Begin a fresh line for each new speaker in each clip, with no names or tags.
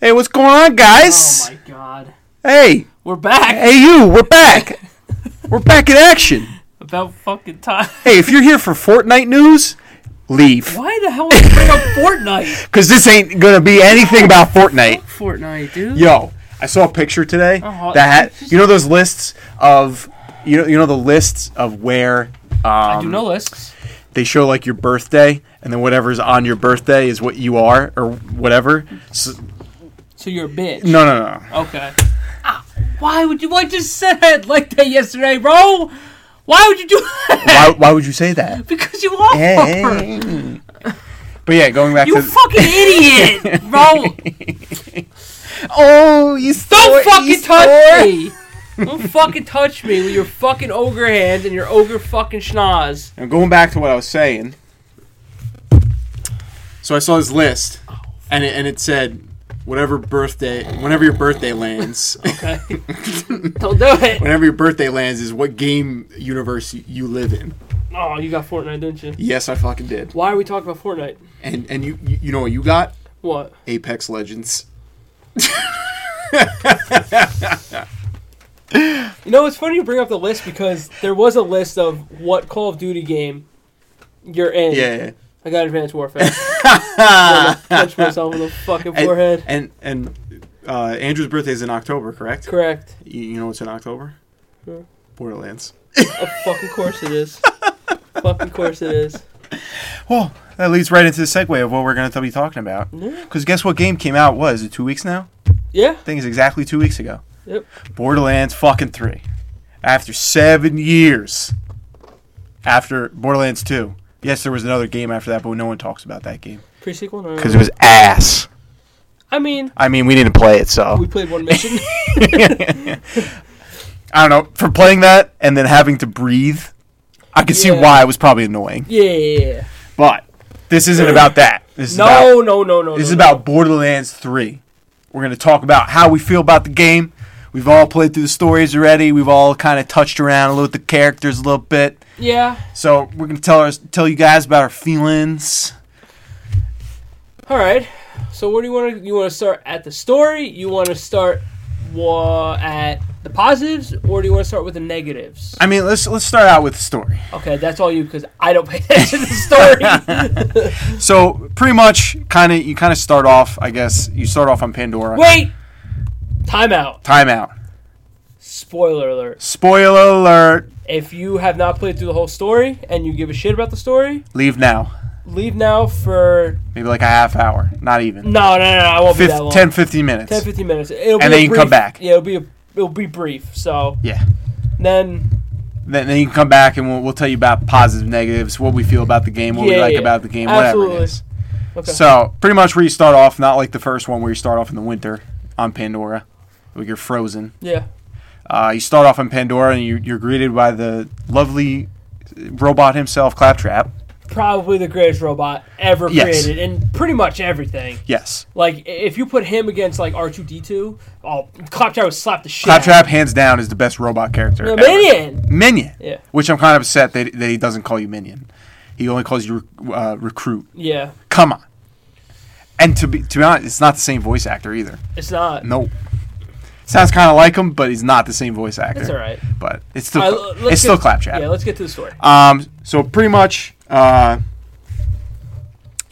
Hey, what's going on,
Oh
guys?
my god.
hey,
We're back
hey, you, we're back. we're back in action.
about fucking time.
Hey, if you're here for Fortnite news, leave.
Why the hell would you bring up Fortnite?
Because this ain't going to be anything about Fortnite.
Fortnite, dude.
Yo, I saw a picture today
Uh-huh.
that had, you know, those lists of, you know, you know, the lists of where
I do know lists.
they show like your birthday and then whatever's on your birthday is what you are or whatever. So,
So you're a bitch.
no, no, no.
Okay. Ah, why would you like just said like that yesterday, bro? Why would you do that?
Why, why would you say that?
Because you are.
Hey. But yeah, going back
You
to
fucking idiot, bro.
Oh, you
Don't
store-
fucking
you
touch
store-
me. Don't fucking touch me with your fucking ogre hands and your ogre fucking schnoz.
Now going back to what I was saying. So I saw this list, and it, and it said, whatever birthday, whenever your birthday lands,
Okay. Don't do it.
whenever your birthday lands is what game universe you, you live in.
Oh, you got Fortnite, didn't you?
Yes, I fucking did.
Why are we talking about Fortnite?
And and you you you know what you got?
What?
Apex Legends.
You know, it's funny you bring up the list because there was a list of what Call of Duty game you're in.
Yeah.
I got Advanced Warfare. I'm gonna punch myself in the fucking
And-
forehead.
And and uh, Andrew's birthday is in October, correct?
Correct.
You, you know what's in October?
Yeah.
Borderlands.
Of Oh, fucking course it is. fucking course it is.
Well, that leads right into the segue of what we're going to be talking about.
Yeah.
Because guess what game came out? What is it? Two weeks now?
Yeah.
I think it's exactly two weeks ago.
Yep.
Borderlands fucking three. After seven years. After Borderlands two. Yes, there was another game after that, but no one talks about that game
Pre sequel. No.
because it was ass.
I mean,
I mean, we didn't play it,
we
so
played one mission.
I don't know. For playing that and then having to breathe, I could see
Yeah.
why it was probably annoying.
yeah. yeah, yeah.
But this isn't about that. This is about
No, no, no, no.
This is
no,
about Borderlands 3. We're going to talk about how we feel about the game. We've all played through the stories already. We've all kind of touched around a little with the characters a little bit.
no. Yeah.
So we're going to tell us tell you guys about our feelings.
All right. So where do you want to? You want to start at the story? You want to start wa- at the positives, or do you want to start with the negatives?
I mean, let's let's start out with the story.
Okay, that's all you because I don't pay attention to the story.
So pretty much, kind of you kind of start off. I guess you start off on Pandora.
Wait. Timeout.
Timeout.
Spoiler alert.
Spoiler alert.
If you have not played through the whole story and you give a shit about the story,
Leave now.
leave now for
Maybe like a half hour. Not even.
no, no, no, no I won't be that
Fif-
long.
10, 15 minutes.
10, 15 minutes.
And
It'll be a
then you can
brief-
come back.
Yeah, it'll be a, it'll be brief. So
yeah.
then,
Then, then you can come back and we'll, we'll tell you about positive, negatives, what we feel about the game, what we
Yeah,
like
yeah,
about the game, whatever
absolutely.
it is.
okay.
So pretty much where you start off, not like the first one where you start off in the winter on Pandora, where you're frozen.
yeah.
Uh, you start off on Pandora and you, you're greeted by the lovely robot himself, Claptrap.
probably the greatest robot ever
Yes.
created in pretty much everything.
Yes,
Like i- if you put him against like R two D two, oh, Claptrap would slap the shit.
Claptrap hands down is the best robot character.
out of him.
ever.
the minion.
Minion.
Yeah.
Which I'm kind of upset that, that he doesn't call you Minion. He only calls you uh, Recruit.
Yeah,
Come on. And to be to be honest, it's not the same voice actor either.
it's not.
Nope. Sounds kind of like him, but he's not the same voice actor.
It's all right.
But it's still
All right, l- let's
it's still
get-
Claptrap.
Yeah, let's get to the story.
um. So pretty much, uh,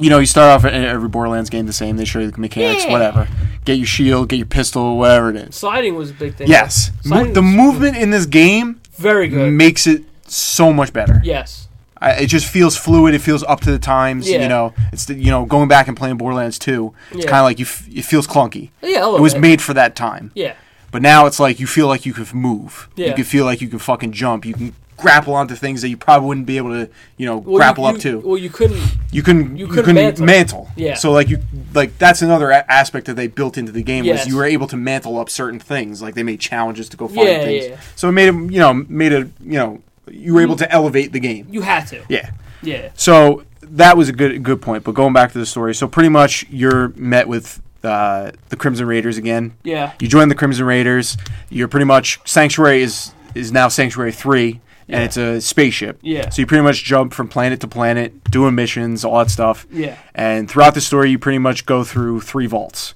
you know, you start off in every Borderlands game the same. They show you the mechanics,
Yeah.
whatever. Get your shield, get your pistol, whatever it is.
Sliding was a big thing.
Yes,
Sliding
Mo- the
was
movement in this game
very good.
makes it so much better.
yes,
I, it just feels fluid. It feels up to the times.
Yeah.
You know, it's the, you know going back and playing Borderlands 2, It's
Yeah.
kind of like you. F- it feels clunky.
yeah, a little
It was
bit.
made for that time.
Yeah,
But now it's like you feel like you can move. You
Yeah.
can feel like you can fucking jump. You can grapple onto things that you probably wouldn't be able to, you know,
Well, you-
grapple
you,
up to.
Well, you couldn't.
You can you,
you
can
couldn't
mantle.
mantle. Yeah.
So like you like that's another a- aspect that they built into the game was
Yes.
you were able to mantle up certain things. Like they made challenges to go find
Yeah,
things.
yeah.
So it made it you know made it you know you were able to elevate the game.
You had to.
Yeah.
Yeah.
So that was a good good point. But going back to the story, so pretty much you're met with uh, the Crimson Raiders again.
Yeah.
You join the Crimson Raiders. You're pretty much Sanctuary is is now Sanctuary Three, and
Yeah.
it's a spaceship.
Yeah.
So you pretty much jump from planet to planet, doing missions, all that stuff.
Yeah.
And throughout the story, you pretty much go through three vaults.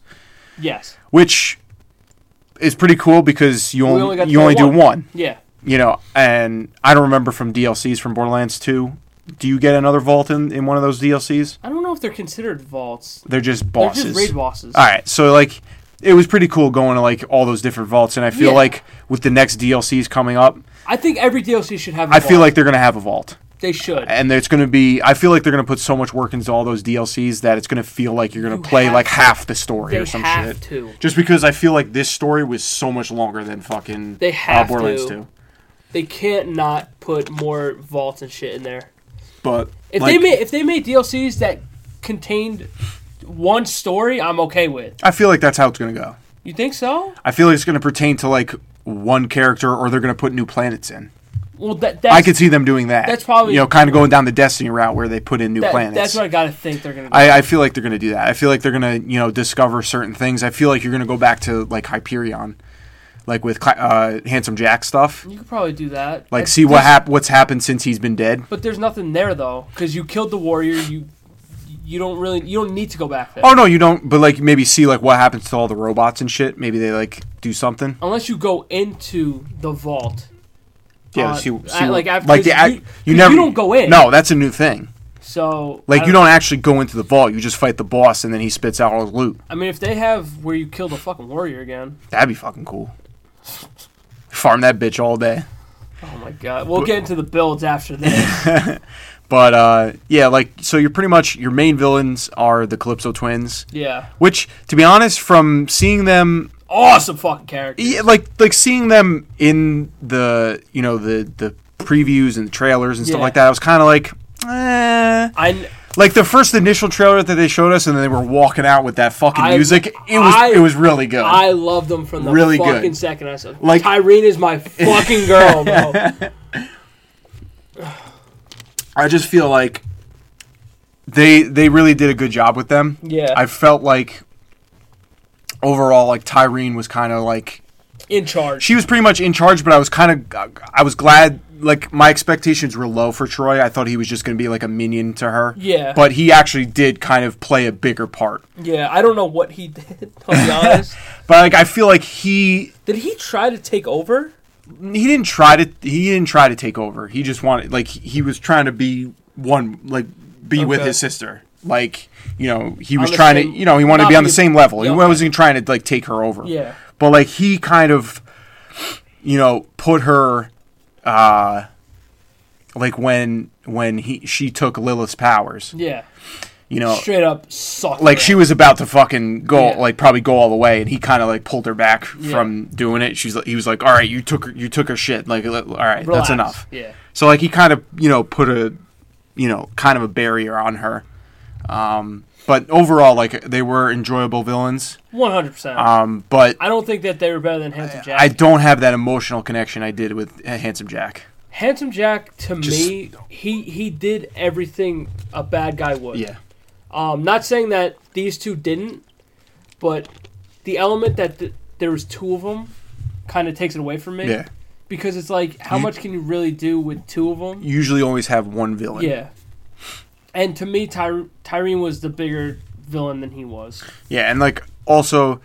Yes.
which is pretty cool because you only,
only got to
you
play
only do
one.
one.
Yeah.
You know, and I don't remember from DLCs from Borderlands 2. Do you get another vault in, in one of those DLCs?
I don't know if they're considered vaults.
They're just
They're
bosses.
just raid bosses.
All right, so like it was pretty cool going to like all those different vaults, and I feel
Yeah.
like with the next DLCs coming up,
I think every DLC should have. I
I feel like they're gonna have a vault,
they should.
and it's gonna be. I feel like they're gonna put so much work into all those DLCs that it's gonna feel like you're gonna
You
play
have
like
to.
half the story
They
or some
have
shit.
to.
Just because I feel like this story was so much longer than fucking
They
uh,
have
Borderlands
to.
2.
They can't not put more vaults and shit in there.
But
If
like,
they made if they made DLCs that contained one story, I'm okay with.
I feel like that's how it's gonna go.
You think so?
I feel like it's gonna pertain to like one character, or they're gonna put new planets in.
Well, that that's,
I could see them doing that.
that's probably-
you know kind of going down the Destiny route where they put in new
that-
planets.
that's what I gotta think they're gonna. do.
I, I feel like they're going to do that. I feel like they're going to, you know, discover certain things. I feel like you're going to go back to like Hyperion, like with Cla- uh, Handsome Jack stuff.
you could probably do that.
Like,
I-
see what
there's-
hap- what's happened since he's been dead.
But there's nothing there though, because you killed the warrior. You you don't really you don't need to go back there
Oh no, you don't. But like, maybe see like what happens to all the robots and shit. Maybe they like do something.
unless you go into the vault.
Yeah,
Uh,
see,
I-
see what-
like, after-
like the
'cause
ac-
you-
you,
'cause
never
you don't go in.
No, that's a new thing.
So
Like
I
you don't actually go into the vault. You just fight the boss, and then he spits out all his loot.
I mean, if they have where you kill the fucking warrior again,
That'd be fucking cool. Farm that bitch all day.
oh my god, we'll get into the builds after this.
But uh, yeah, like so, you're pretty much your main villains are the Calypso twins,
yeah,
which, to be honest, from seeing them,
awesome fucking character.
yeah, like like seeing them in the you know the the previews and trailers and stuff
Yeah.
like that, I was kind of like, eh.
I
like the first initial trailer that they showed us, and then they were walking out with that fucking
I-
music. It was
I-
it was really good.
I loved them from the
Really
fucking
good.
second I saw.
Like-
Like Tyrene is my fucking girl, bro.
I just feel like they they really did a good job with them.
Yeah.
I felt like overall, like Tyrene was kind of like
In charge.
she was pretty much in charge, but I was kind of I was glad like my expectations were low for Troy. I thought he was just going to be like a minion to her.
Yeah.
But he actually did kind of play a bigger part.
Yeah, I don't know what he did. To be honest,
But like I feel like he
did he try to take over?
he didn't try to he didn't try to take over. He just wanted like he was trying to be one like be with
Okay.
his sister. Like, you know, he was
the
trying
same-
to you know, he wanted to
not
be on the
be-
same level.
Yeah,
He
okay.
wasn't trying to like take her over.
Yeah.
But like he kind of you know, put her uh like when when he she took Lilith's powers.
Yeah,
You know,
straight up sucked.
Oh. like she
her.
was about to fucking go
Yeah.
like probably go all the way and he kind of like pulled her back
Yeah.
from doing it. She's like- he was like, "All right, you took her you took her shit. Like all right,
Relax.
that's enough."
Yeah,
So like he kind of you know put a you know kind of a barrier on her. Um, but overall, like they were enjoyable villains.
one hundred percent.
Um, but
I don't think that they were better than Handsome Jack.
I don't have that emotional connection I did with Handsome Jack.
Handsome Jack to
Just-
me, he he did everything a bad guy would.
Yeah,
Um, not saying that these two didn't, but the element that th- there was two of them kind of takes it away from me.
yeah.
Because it's like, how
You-
much can you really do with two of them?
You usually always have one villain.
Yeah. And to me, Ty- Tyrene was the bigger villain than he was.
Yeah, and like also,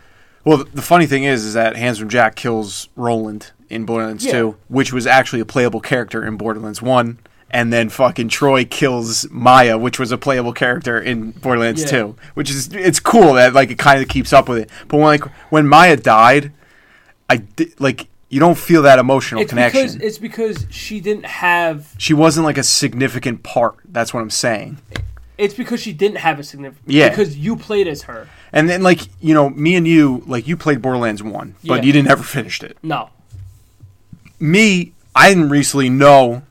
well, th- the funny thing is, is that Handsome Jack kills Roland in Borderlands
Yeah.
Two, which was actually a playable character in Borderlands One, and then fucking Troy kills Maya, which was a playable character in Borderlands
Yeah.
Two, which is it's cool that like it kind of keeps up with it. But when like when Maya died, I di- like you don't feel that emotional
It's
connection.
because it's because she didn't have.
she wasn't like a significant part. That's what I'm saying.
It's because she didn't have a significant.
Yeah.
Because you played as her.
And then like you know, me and you like you played Borderlands One,
Yeah.
but you didn't ever finished it.
No.
me, I didn't recently know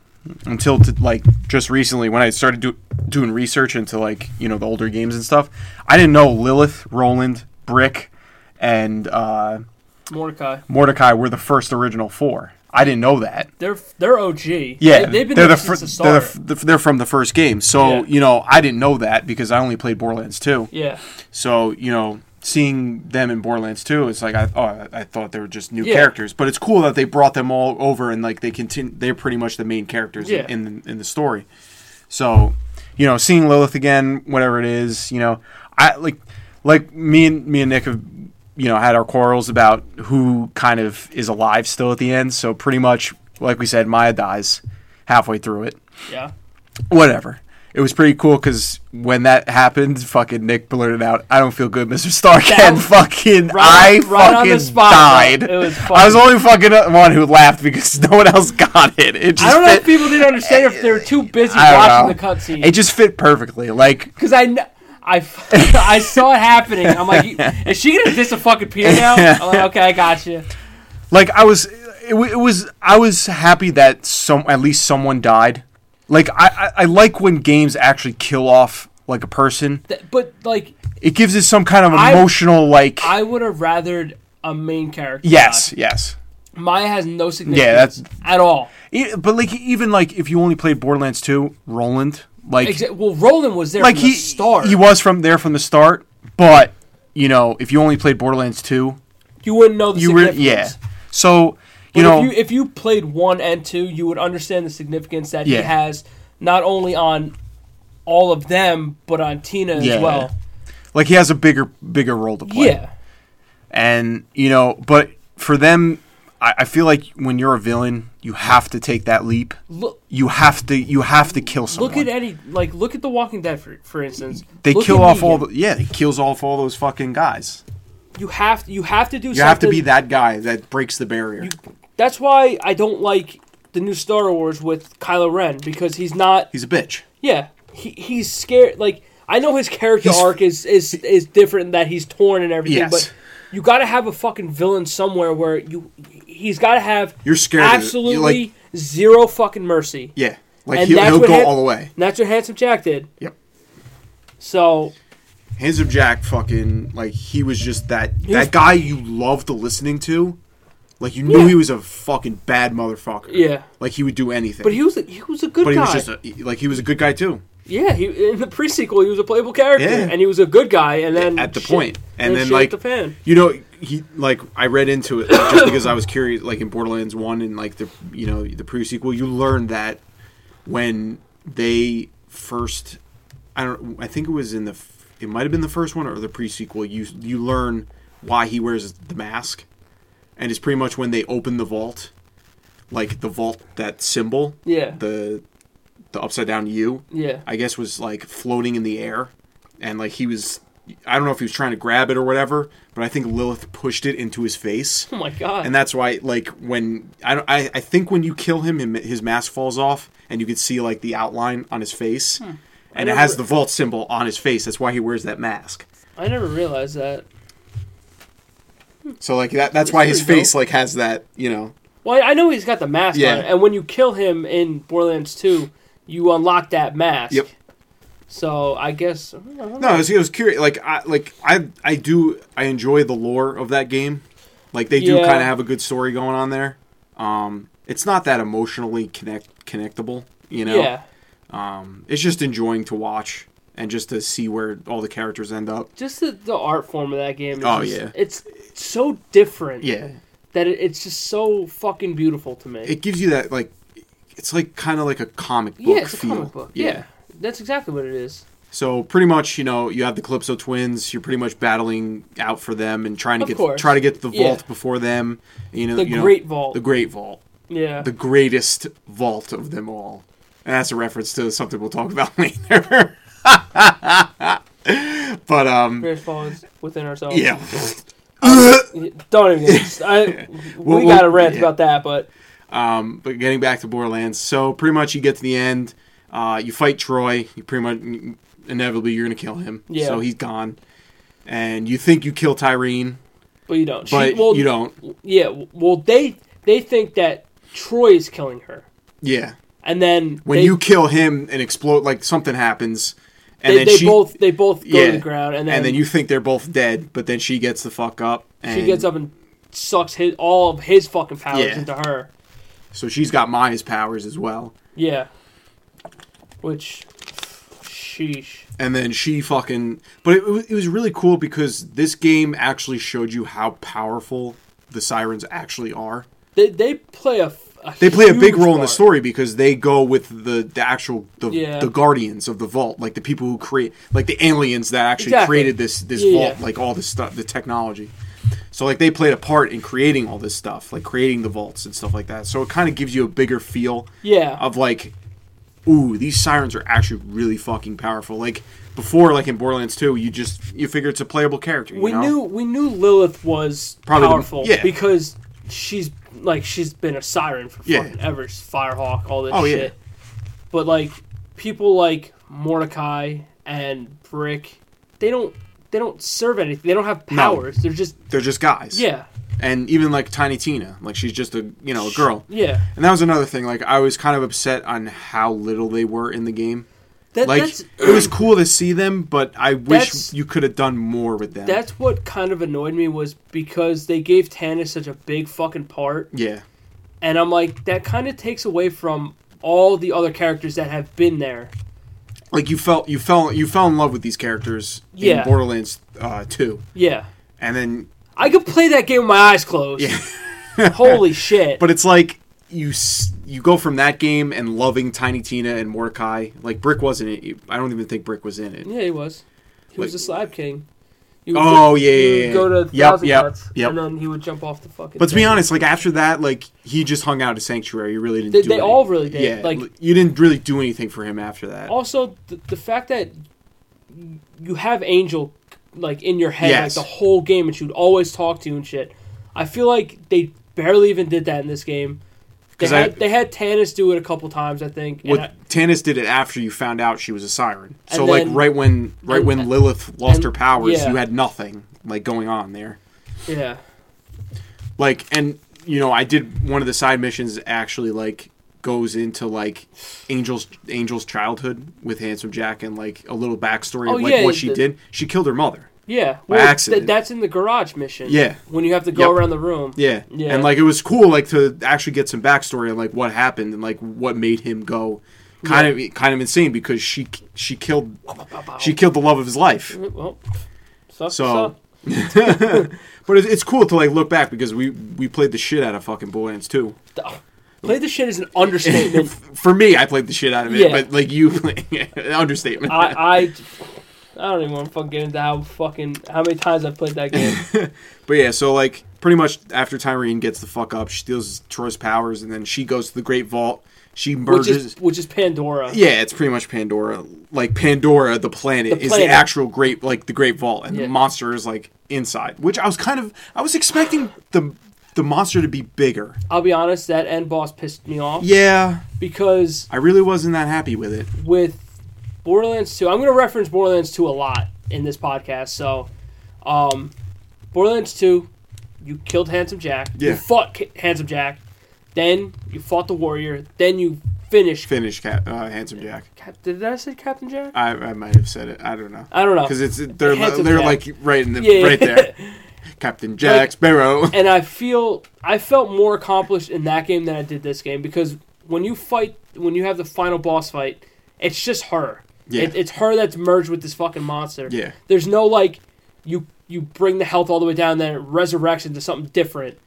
until t like just recently when I started do- doing research into like you know the older games and stuff. I didn't know Lilith, Roland, Brick, and uh,
Mordecai.
Mordecai were the first original four. I didn't know that.
They're they're OG.
Yeah,
They, have been
they're
there
the, fir-
since the
they're,
start.
the f- the f- they're from the first game. So
Yeah.
you know I didn't know that because I only played Borderlands two.
yeah.
So you know, seeing them in Borderlands 2, it's like I oh, I thought they were just new
Yeah.
characters, but it's cool that they brought them all over and like they continue. They're pretty much the main characters
Yeah.
in, in the, in the story. So you know, seeing Lilith again, whatever it is, you know, I like like me and me and Nick have you know, had our quarrels about who kind of is alive still at the end. So pretty much, like we said, Maya dies halfway through it.
Yeah.
Whatever. It was pretty cool because when that happened, fucking Nick blurted out, "I don't feel good, Mister Stark," and fucking
right-
I
right on the
fucking
spot,
died.
bro. It was
I was the
funny.
only fucking one who laughed because no one else got it. It just
I don't know
fit,
if people didn't understand or if they were too busy
I don't
watching
know.
the
It
cutscene.
just fit perfectly. Like
Because I, kn- I, f- I saw it happening. I'm like, is she gonna diss a fucking Peter now? I'm like, okay, I got you.
like I was, it, wa- it was I was happy that some at least someone died. Like I, I, I like when games actually kill off like a person.
Th- But like,
It gives it some kind of
I-
emotional like.
I would have rathered a main character.
yes, yes.
die. Maya has no significance.
that's-
at all.
E- but like even like if you only played Borderlands two, Roland like
Exa- well, Roland was there
like
from
he
the start.
he was from there from the start. But you know if you only played Borderlands two,
you wouldn't know the
you were
significance.
yeah. So
But
you know
if you if you played one and two, you would understand the significance that
Yeah.
he has not only on all of them, but on Tina
Yeah.
as well.
like he has a bigger bigger role to play.
Yeah.
and you know but for them I, I feel like when you're a villain you have to take that leap
Look,
you have to you have to kill someone
look at any like look at The Walking Dead for for instance.
they
Look
kill
at
off all
Negan.
the yeah they kills off all those fucking guys
You have to you have to do
you
something.
have to be that guy that breaks the barrier
That's why I don't like the new Star Wars with Kylo Ren because he's not
he's a bitch
Yeah, he he's scared. Like I know his character
He's-
arc is is is different. That he's torn and everything.
Yes.
But you got to have a fucking villain somewhere where you he's got to have
You're scared of it. You,
absolutely
like-
zero fucking mercy.
yeah like
And
he'll,
that's
he'll
what
go
hap-
all the way
And that's what Handsome Jack did.
yep
So
handsome jack fucking like he was just that that guy you loved listening to like you knew
Yeah.
he was a fucking bad motherfucker
Yeah.
like he would do anything
but he was a, he was a good
but he
guy.
was just a, like he was a good guy too
yeah, he in the prequel he was a playable character
Yeah.
and he was a good guy. And then
at the
shit-
point. and then
shit
like
hit the fan.
you know he like I read into it like, just because I was curious. Like in Borderlands One and like the you know the pre sequel, you learn that when they first, I don't, I think it was in the, f- it might have been the first one or the pre sequel. You you learn why he wears the mask, and it's pretty much when they open the vault, like the vault that symbol,
Yeah.
the the upside down U,
Yeah.
I guess was like floating in the air, and like he was, I don't know if he was trying to grab it or whatever, but I think Lilith pushed it into his face,
Oh my god.
and that's why like when I don't, I, I think when you kill him, him, his mask falls off, and you could see like the outline on his face, and it
Hmm. never-
has the vault symbol on his face. That's why he wears that mask.
I never realized that.
So like that, that's why his
pretty
face like has that, you know.
Well, I know he's got the mask
Yeah.
on, and when you kill him in Borderlands 2, you unlock that mask.
Yep.
So I guess I don't know.
No, I was, I was curious. Like I like I I do I enjoy the lore of that game. Like they do
Yeah.
kind of have a good story going on there. Um, it's not that emotionally connect connectable, you know.
yeah,
Um, it's just enjoying to watch and just to see where all the characters end up.
just the, the art form of that game. Is
Oh,
just-
yeah.
it's so different.
Yeah,
that it, it's just so fucking beautiful to me.
it gives you that like it's like kind of like a comic book
yeah, it's a
feel.
comic book. Yeah. that's exactly what it is.
So pretty much, you know, you have the Calypso twins. You're pretty much battling out for them and trying to
Of
get
course.
try to get the
Yeah.
vault before them. You know,
The
you know,
Great Vault.
the Great Vault.
Yeah,
the greatest vault of them all. And that's a reference to something we'll talk about later. but um
greatest fall is within ourselves.
yeah.
don't even. I,
Well,
we
well,
got a rant
yeah.
about that, but
Um but getting back to Borderlands, so pretty much you get to the end, uh you fight Troy, you pretty much inevitably you're going to kill him.
Yeah.
So he's gone. And you think you kill Tyrene,
but you don't. She-
but
well,
you don't.
Yeah, well they they think that Troy is killing her,
Yeah.
and then
When
they,
you kill him and explode like something happens and
they,
then
they
she
both they both go
yeah.
to the ground, and then,
and then you think they're both dead, but then she gets the fuck up and
she gets up and sucks his all of his fucking powers
Yeah.
into her.
So she's got Maya's powers as well.
Yeah, which sheesh.
And then she fucking. But it, wa- it was really cool because this game actually showed you how powerful the sirens actually are.
They they play a, f- a
They play a big
huge
role in the
part.
story because they go with the, the actual the,
Yeah.
the guardians of the vault, like the people who create, like the aliens that actually
Exactly.
created this this
Yeah,
vault,
yeah.
like all this stuff, the technology. So like they played a part in creating all this stuff, like creating the vaults and stuff like that. So it kind of gives you a bigger feel
Yeah.
of like, ooh, these sirens are actually really fucking powerful. Like before, like in Borderlands Two, you just you figure it's a playable character. You
we
know?
knew we knew Lilith was
Probably the-
powerful
yeah.
because she's like she's been a siren for
Yeah.
fucking ever, she's Firehawk, all this
Oh, yeah.
shit. But like people like Mordecai and Brick, they don't they don't serve anything. They don't have
No.
powers. They're just
they're just guys.
yeah
and even like Tiny Tina, like she's just a you know a girl.
yeah.
And that was another thing. Like I was kind of upset on how little they were in the game.
That,
Like
that's
it was cool to see them, but I wish
That's-
you could have done more with them.
that's what kind of annoyed me was because they gave Tannis such a big fucking part,
yeah,
and I'm like that kind of takes away from all the other characters that have been there.
like you felt you fell you fell in love with these characters
Yeah.
in Borderlands uh, Two,
Yeah.
and then
I could play that game with my eyes closed. Holy shit.
but it's like you s- you go from that game and loving Tiny Tina and Mordecai. Like Brick wasn't it. I don't even think Brick was in it.
yeah, he was. He was
Like-
the slab king. You would
Oh,
go-
yeah, yeah,
you would
yeah,
Go
yeah.
to
Yep,
thousand
yep,
cuts,
yep.
and then he would jump off the fucking.
But to be
thing.
honest, like after that, like he just hung out at Sanctuary. You really didn't.
They-
do
they
anything.
all really did, like-
l- you didn't really do anything for him after that.
also the, the fact that you have Angel like in your head
Yes.
like the whole game, and she would always talk to you and shit. I feel like they barely even did that in this game. They
'Cause I-
had, they had Tannis do it a couple times, I think. and
What
I-
Tannis did it after you found out she was a siren. So
And
like
then-
right when right
and-
when Lilith lost
and-
her powers,
yeah.
you had nothing like going on there.
yeah,
Like and you know I did one of the side missions actually like goes into like Angel's Angel's childhood with Handsome Jack and like a little backstory
Oh,
of like
yeah,
what she
the-
did. She killed her mother.
yeah. Well, th-
accident.
that's in the garage mission.
Yeah.
when you have to go
Yep.
around the room.
Yeah.
Yeah.
And like it was cool like to actually get some backstory on like what happened and like what made him go kind of kind of insane because she she killed she killed the love of his life.
Well, sucks to
So-
suck.
But it's, it's cool to like look back because we we played the shit out of fucking Borderlands too.
Ugh. Play the shit is an understatement.
For me, I played the shit out of it,
Yeah.
but like you, understatement.
I, I, I don't even want to fucking get into how fucking how many times I've played that game.
but yeah, so like pretty much after Tyrene gets the fuck up, she steals Troy's powers, and then she goes to the Great Vault. She
which
merges.
is which is Pandora.
yeah, it's pretty much Pandora. Like Pandora, the planet,
The
is the
planet.
actual great, like the Great Vault, and
Yeah.
the monster is like inside. Which I was kind of, I was expecting the the monster to be bigger.
I'll be honest, that end boss pissed me off
Yeah,
because
I really wasn't that happy with it.
with Borderlands 2, I'm going to reference Borderlands 2 a lot in this podcast. So, um, Borderlands 2, you killed Handsome Jack. You
Yeah.
fought K- Handsome Jack. Then you fought the Warrior. Then you finished.
Finish, Cap, uh, Handsome Jack.
Cap- Did I say Captain Jack?
I, I might have said it. I don't know.
I don't know.
Because it's they're
Handsome
they're
Jack.
like right in the
Yeah.
right there. Captain Jack Sparrow.
and I feel I felt more accomplished in that game than I did this game because when you fight, when you have the final boss fight, it's just her.
Yeah.
It, it's her that's merged with this fucking monster.
Yeah.
There's no like, you you bring the health all the way down, then it resurrects into something different.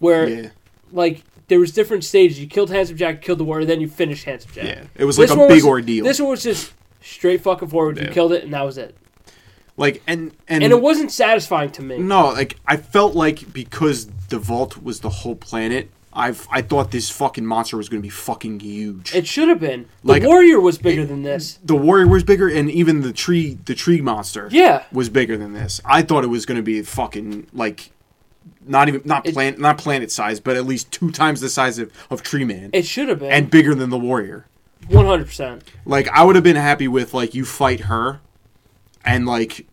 Where
Yeah,
like there was different stages. You killed Handsome Jack, killed the warrior, then you finished Handsome Jack.
yeah. It was like
This
a
one
big
was-
ordeal.
This one was just straight fucking forward. You
Yeah. Mm.
killed it, and that was it.
like and and,
And it wasn't satisfying to me.
no, like I felt like because the vault was the whole planet. I've I thought this fucking monster was going to be fucking huge.
It should have been. The
Like-
warrior was bigger than this.
the warrior was bigger, and even the tree the tree monster
Yeah.
was bigger than this. I thought it was going to be fucking like. Not even not planet not planet size, but at least two times the size of, of Tree Man,
It should have been.
and bigger than the warrior.
One hundred percent.
Like I would have been happy with like you fight her, and like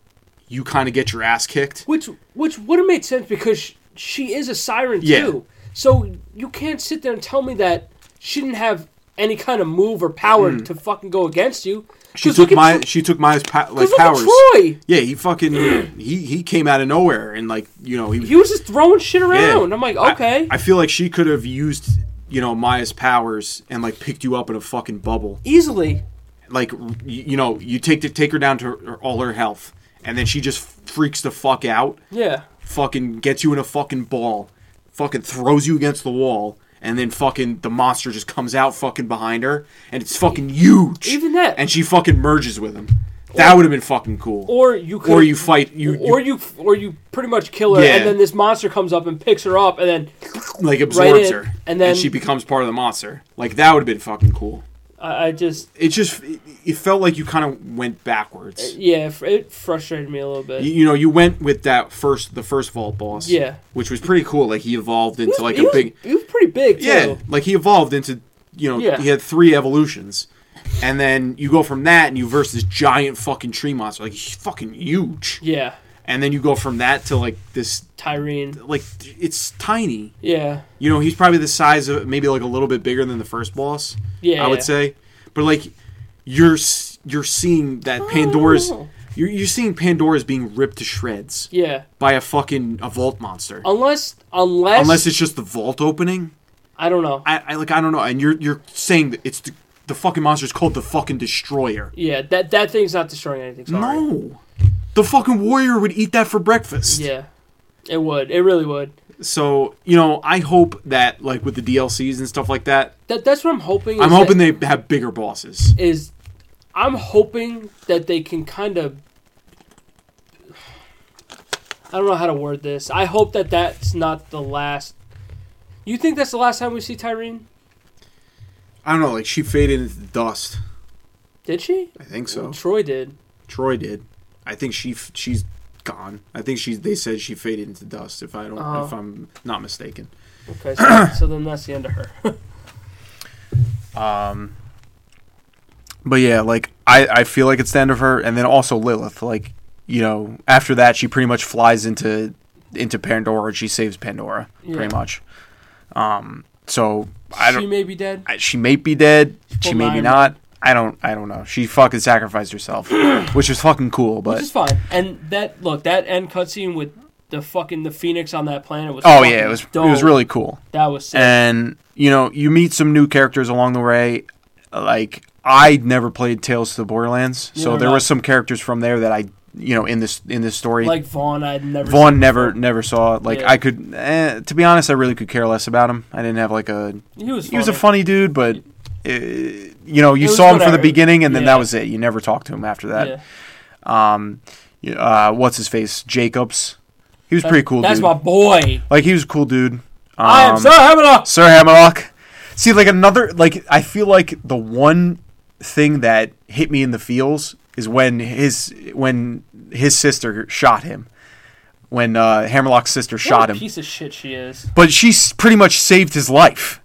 you kind of get your ass kicked.
Which which would have made sense because sh- she is a siren
Yeah.
too. So you can't sit there and tell me that she didn't have any kind of move or power to fucking go against you.
Hmm. She
'Cause look
took
at
my
Tro-
she took Maya's pa- like
'cause look
powers.
at Troy.
Yeah, he fucking he he came out of nowhere and like you know he,
He was just throwing shit
yeah.
around. I'm like,
I-
okay.
I, feel like she could have used you know Maya's powers and like picked you up in a fucking bubble.
easily.
Like you, you know you take to take her down to her, all her health, and then she just freaks the fuck out.
Yeah.
fucking gets you in a fucking ball, fucking throws you against the wall, and then fucking the monster just comes out fucking behind her, and it's fucking huge.
Even that-
And she fucking merges with him. That would have been fucking cool.
Or you could,
Or you fight you, you,
or you, or you pretty much kill her,
Yeah.
and then this monster comes up and picks her up, and then
like absorbs
in,
her,
and then-
she becomes part of the monster. Like that would have been fucking cool.
I, I just,
It just it, it felt like you kind of went backwards.
yeah, it fr- it frustrated me a little bit.
You, you know, you went with that first the first vault boss,
Yeah.
which was pretty cool. Like he evolved into
He was-
like
he
a
was-
big
He was pretty big. Too.
Yeah, like he evolved into, you know,
Yeah.
he had three evolutions, and then you go from that and you verse this giant fucking tree monster, like he's fucking huge,
yeah,
and then you go from that to like this,
Tyrene.
like it's tiny.
Yeah,
You know, he's probably the size of maybe like a little bit bigger than the first boss.
Yeah,
I
yeah.
would say, but like you're s- you're seeing that Pandora's.
Oh.
You're, you're seeing Pandora's being ripped to shreds
yeah. Oh.
by a fucking a vault monster.
Unless, unless,
Unless it's just the vault opening.
I don't know.
I, I like I don't know, and you're you're saying that it's the, the fucking monster is called the fucking destroyer.
yeah, that that thing's not destroying anything. Sorry.
No, the fucking warrior would eat that for breakfast.
Yeah, it would. It really would.
So you know, I hope that like with the DLCs and stuff like that,
That that's what I'm hoping. Is
I'm hoping
that,
they have bigger bosses.
is. I'm hoping that they can kind of. I don't know how to word this. I hope that that's not the last. You think that's the last time we see Tyrene?
I don't know, like she faded into the dust.
Did she?
I think so.
Troy did.
Troy did. I think she f- she's gone. I think she's. They said she faded into dust. If I don't,
Oh.
if I'm not mistaken.
Okay, so, so then that's the end of her.
Um, but yeah, like I, I feel like it's the end of her, and then also Lilith. Like you know, after that, she pretty much flies into into Pandora. and She saves Pandora
Yeah.
pretty much. Um, so I
she
don't.
may be dead.
I- She may be dead. She
pulled
may
an
be
Iron
not. I don't. I don't know. She fucking sacrificed herself, which is fucking cool. But
Which is fine. And that look, that end cutscene with the fucking the phoenix on that planet was.
oh
fucking
yeah, it was
dope.
it was really cool.
That was sick.
and you know you meet some new characters along the way like i never played tales to the borderlands so
Neither
there
did I.
was some characters from there that i you know in this in this story
like Vaughn, I'd never.
vaughn
seen
never
before.
never saw it. like
Yeah.
i could eh, to be honest i really could care less about him i didn't have like a
He was.
he was a
funny.
funny dude but eh, you know you
It was
saw him from the
whatever.
beginning and then
Yeah.
that was it you never talked to him after that um y- uh what's his face jacobs he was
Yeah.
pretty cool
That's
dude
my boy.
like he was a cool dude
I am
Um,
Sir Hammer.
Sir Hammerlock. See, like another, like I feel like the one thing that hit me in the feels is when his when his sister shot him, when uh, Hammerlock's sister
What
shot
a
him.
Piece of shit she is.
But she s- pretty much saved his life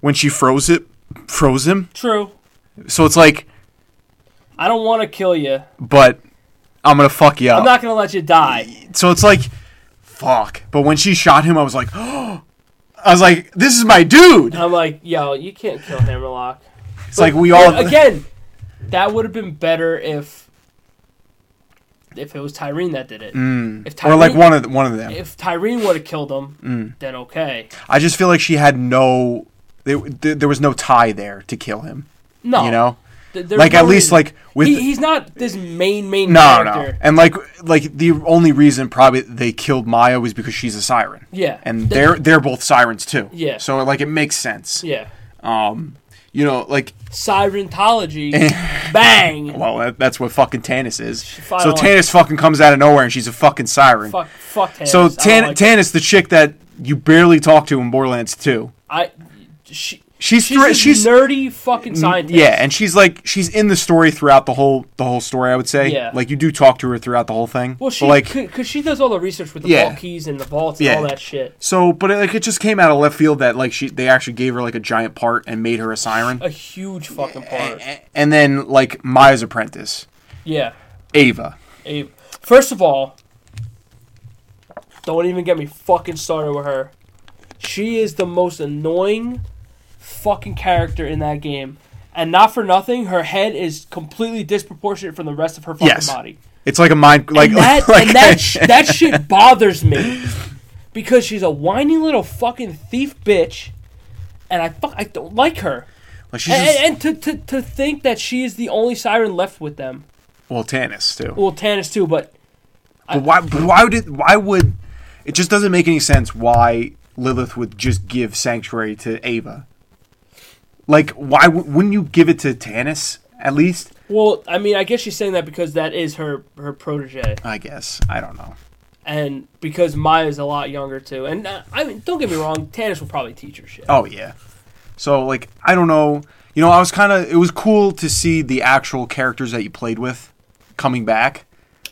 when she froze it, froze him.
True.
So it's like,
I don't want to kill you.
but I'm gonna fuck you
I'm
up.
not gonna let you die.
so it's like, fuck. But when she shot him, I was like, oh. I was like, this is my dude.
I'm like, yo, you can't kill Hammerlock.
It's like we all
again. That would have been better if if it was Tyrene that did it. if Tyrene,
Mm. or like one of the, one of them.
if Tyrene would have killed him,
Mm.
then okay.
I just feel like she had no. There, there there was no tie there to kill him.
No,
You know,
Th- there's
like at
no
least
reason.
like with
he, he's not this main main
no no,
character.
and like like the only reason probably they killed Maya was because she's a siren.
Yeah.
and they're they're both sirens too.
Yeah.
so like it makes sense.
Yeah,
Um, you know, like
Sirentology, bang,
well, that, that's what fucking Tannis is.
fine, I
so
like-
Tannis fucking comes out of nowhere and she's a fucking siren.
fuck, fuck Tannis.
So
I don't
Tan-
like-
Tannis, the chick that you barely talk to in Borderlands Two,
I, she,
she's
she's
thre-
this
she's Mm,
nerdy fucking scientist.
Yeah, and she's like she's in the story throughout the whole the whole story. I would say,
Yeah.
like you do talk to her throughout the whole thing.
well,
But,
she
like
because she does all the research with the
Yeah.
vault keys and the vaults and
Yeah.
all that shit.
so, but it, like it just came out of left field that like she they actually gave her like a giant part and made her a siren,
A huge fucking
A-
part.
a- and then like Maya's apprentice,
Yeah.
Ava.
Abe. First of all, don't even get me fucking started with her. She is the most annoying fucking character in that game. And not for nothing, her head is completely disproportionate from the rest of her fucking
Yes.
body.
It's like a mind like
And that,
like
and that, sh- that shit bothers me. Because she's a whiny little fucking thief bitch. And I fuck, I don't like her.
like she's
And,
just,
and, and to, to, to think that she is the only siren left with them.
well Tannis too.
Well, Tannis too, but
But why? But why would it? Why would it? Just doesn't make any sense. Why Lilith would just give sanctuary to Ava? Like, why w- wouldn't you give it to Tannis at least.
Well, I mean, I guess she's saying that because that is her her protege,
I guess I don't know.
and because Maya's a lot younger too. And uh, I mean, don't get me wrong, Tannis will probably teach her shit.
Oh yeah. So like I don't know. You know, I was kind of it was cool to see the actual characters that you played with coming back.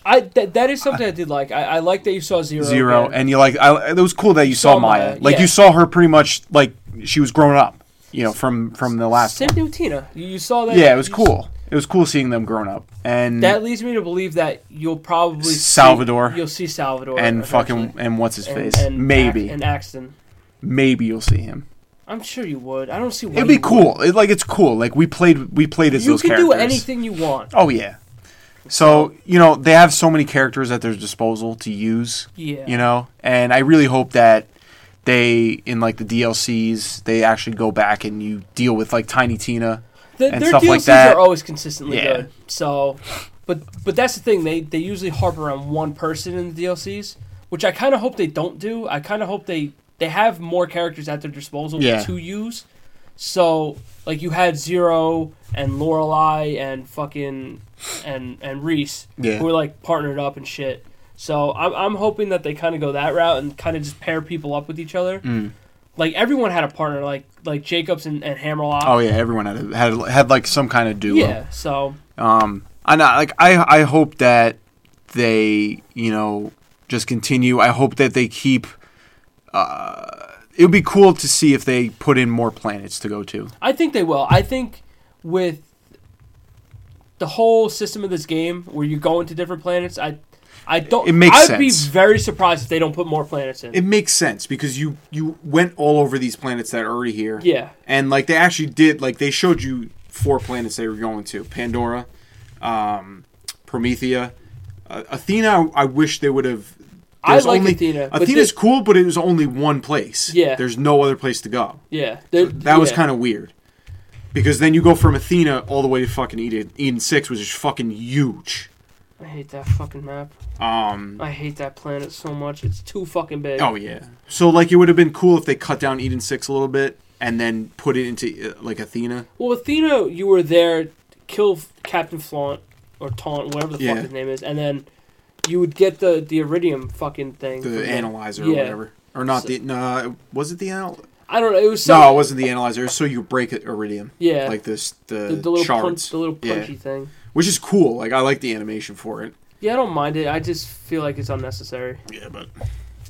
I that that is something I, did like. I, I like that you saw Zero.
Zero
again.
and you like I, it was cool that you saw,
Oh, Saw
Maya.
Maya,
Like
yeah.
you saw her pretty much like she was grown up, you know, from from the last
same thing with Tina. You, you saw that.
Yeah, it was
you-
cool. It was cool seeing them grown up. And
That leads me to believe that you'll probably see-
Salvador.
you'll see Salvador
and
eventually.
fucking and what's his
And-
face?
and
maybe.
Ax- and Axton.
maybe you'll see him.
I'm sure you would. I don't see why
It'd be
you
cool. It, like it's cool. Like we played we played
Would.
as
You
those
can
characters.
do anything you want.
Oh yeah. So, you know, they have so many characters at their disposal to use.
Yeah.
You know? And I really hope that they in like the DLCs, they actually go back and you deal with like Tiny Tina.
The,
and
their
stuff
DLCs
like that.
are always consistently
Yeah.
good. So, but but that's the thing. They they usually harper on one person in the DLCs, which I kind of hope they don't do. I kind of hope they they have more characters at their disposal
Yeah.
to use. So like you had Zero and Lorelai and fucking and and Reese
Yeah.
who are like partnered up and shit. So I'm I'm hoping that they kind of go that route and kind of just pair people up with each other.
Mm.
Like everyone had a partner, like like Jacobs and, and Hammerlock.
Oh yeah, everyone had a, had had like some kind of duo.
yeah. So
Um, I know, like I I hope that they you know just continue. I hope that they keep. Uh, it would be cool to see if they put in more planets to go to.
I think they will. I think with the whole system of this game, where you go into different planets, I, I don't.
It makes
I'd
sense.
be very surprised if they don't put more planets in.
It makes sense because you you went all over these planets that are already here.
Yeah.
and like they actually did like they showed you four planets they were going to Pandora, um, Promethea, uh, Athena. I wish they would have.
I
there's
like Athena, but
Athena's
the-
cool, but it was only one place.
Yeah.
there's no other place to go.
yeah, there-
That was
yeah.
kind of weird. Because then you go from Athena all the way to fucking Eden, Eden 6, which is fucking huge.
I hate that fucking map.
Um,
I hate that planet so much. It's too fucking big.
oh, yeah. So, like, it would have been cool if they cut down Eden 6 a little bit and then put it into, uh, like, Athena.
Well, Athena, you were there, kill F- Captain Flaunt or Taunt, whatever the
Yeah.
fuck his name is, and then you would get the the iridium fucking thing. from
The analyzer or
Mm-hmm. Yeah.
whatever. Or not
So-
the. No, was it the anal?
I don't know. It was some,
No, it wasn't the analyzer. It was so you break it iridium.
Yeah.
Like this,
the,
the,
the little punch,
shards.
the little
Yeah.
punchy thing.
Which is cool. Like, I like the animation for it.
Yeah, I don't mind it. I just feel like it's unnecessary.
Yeah, but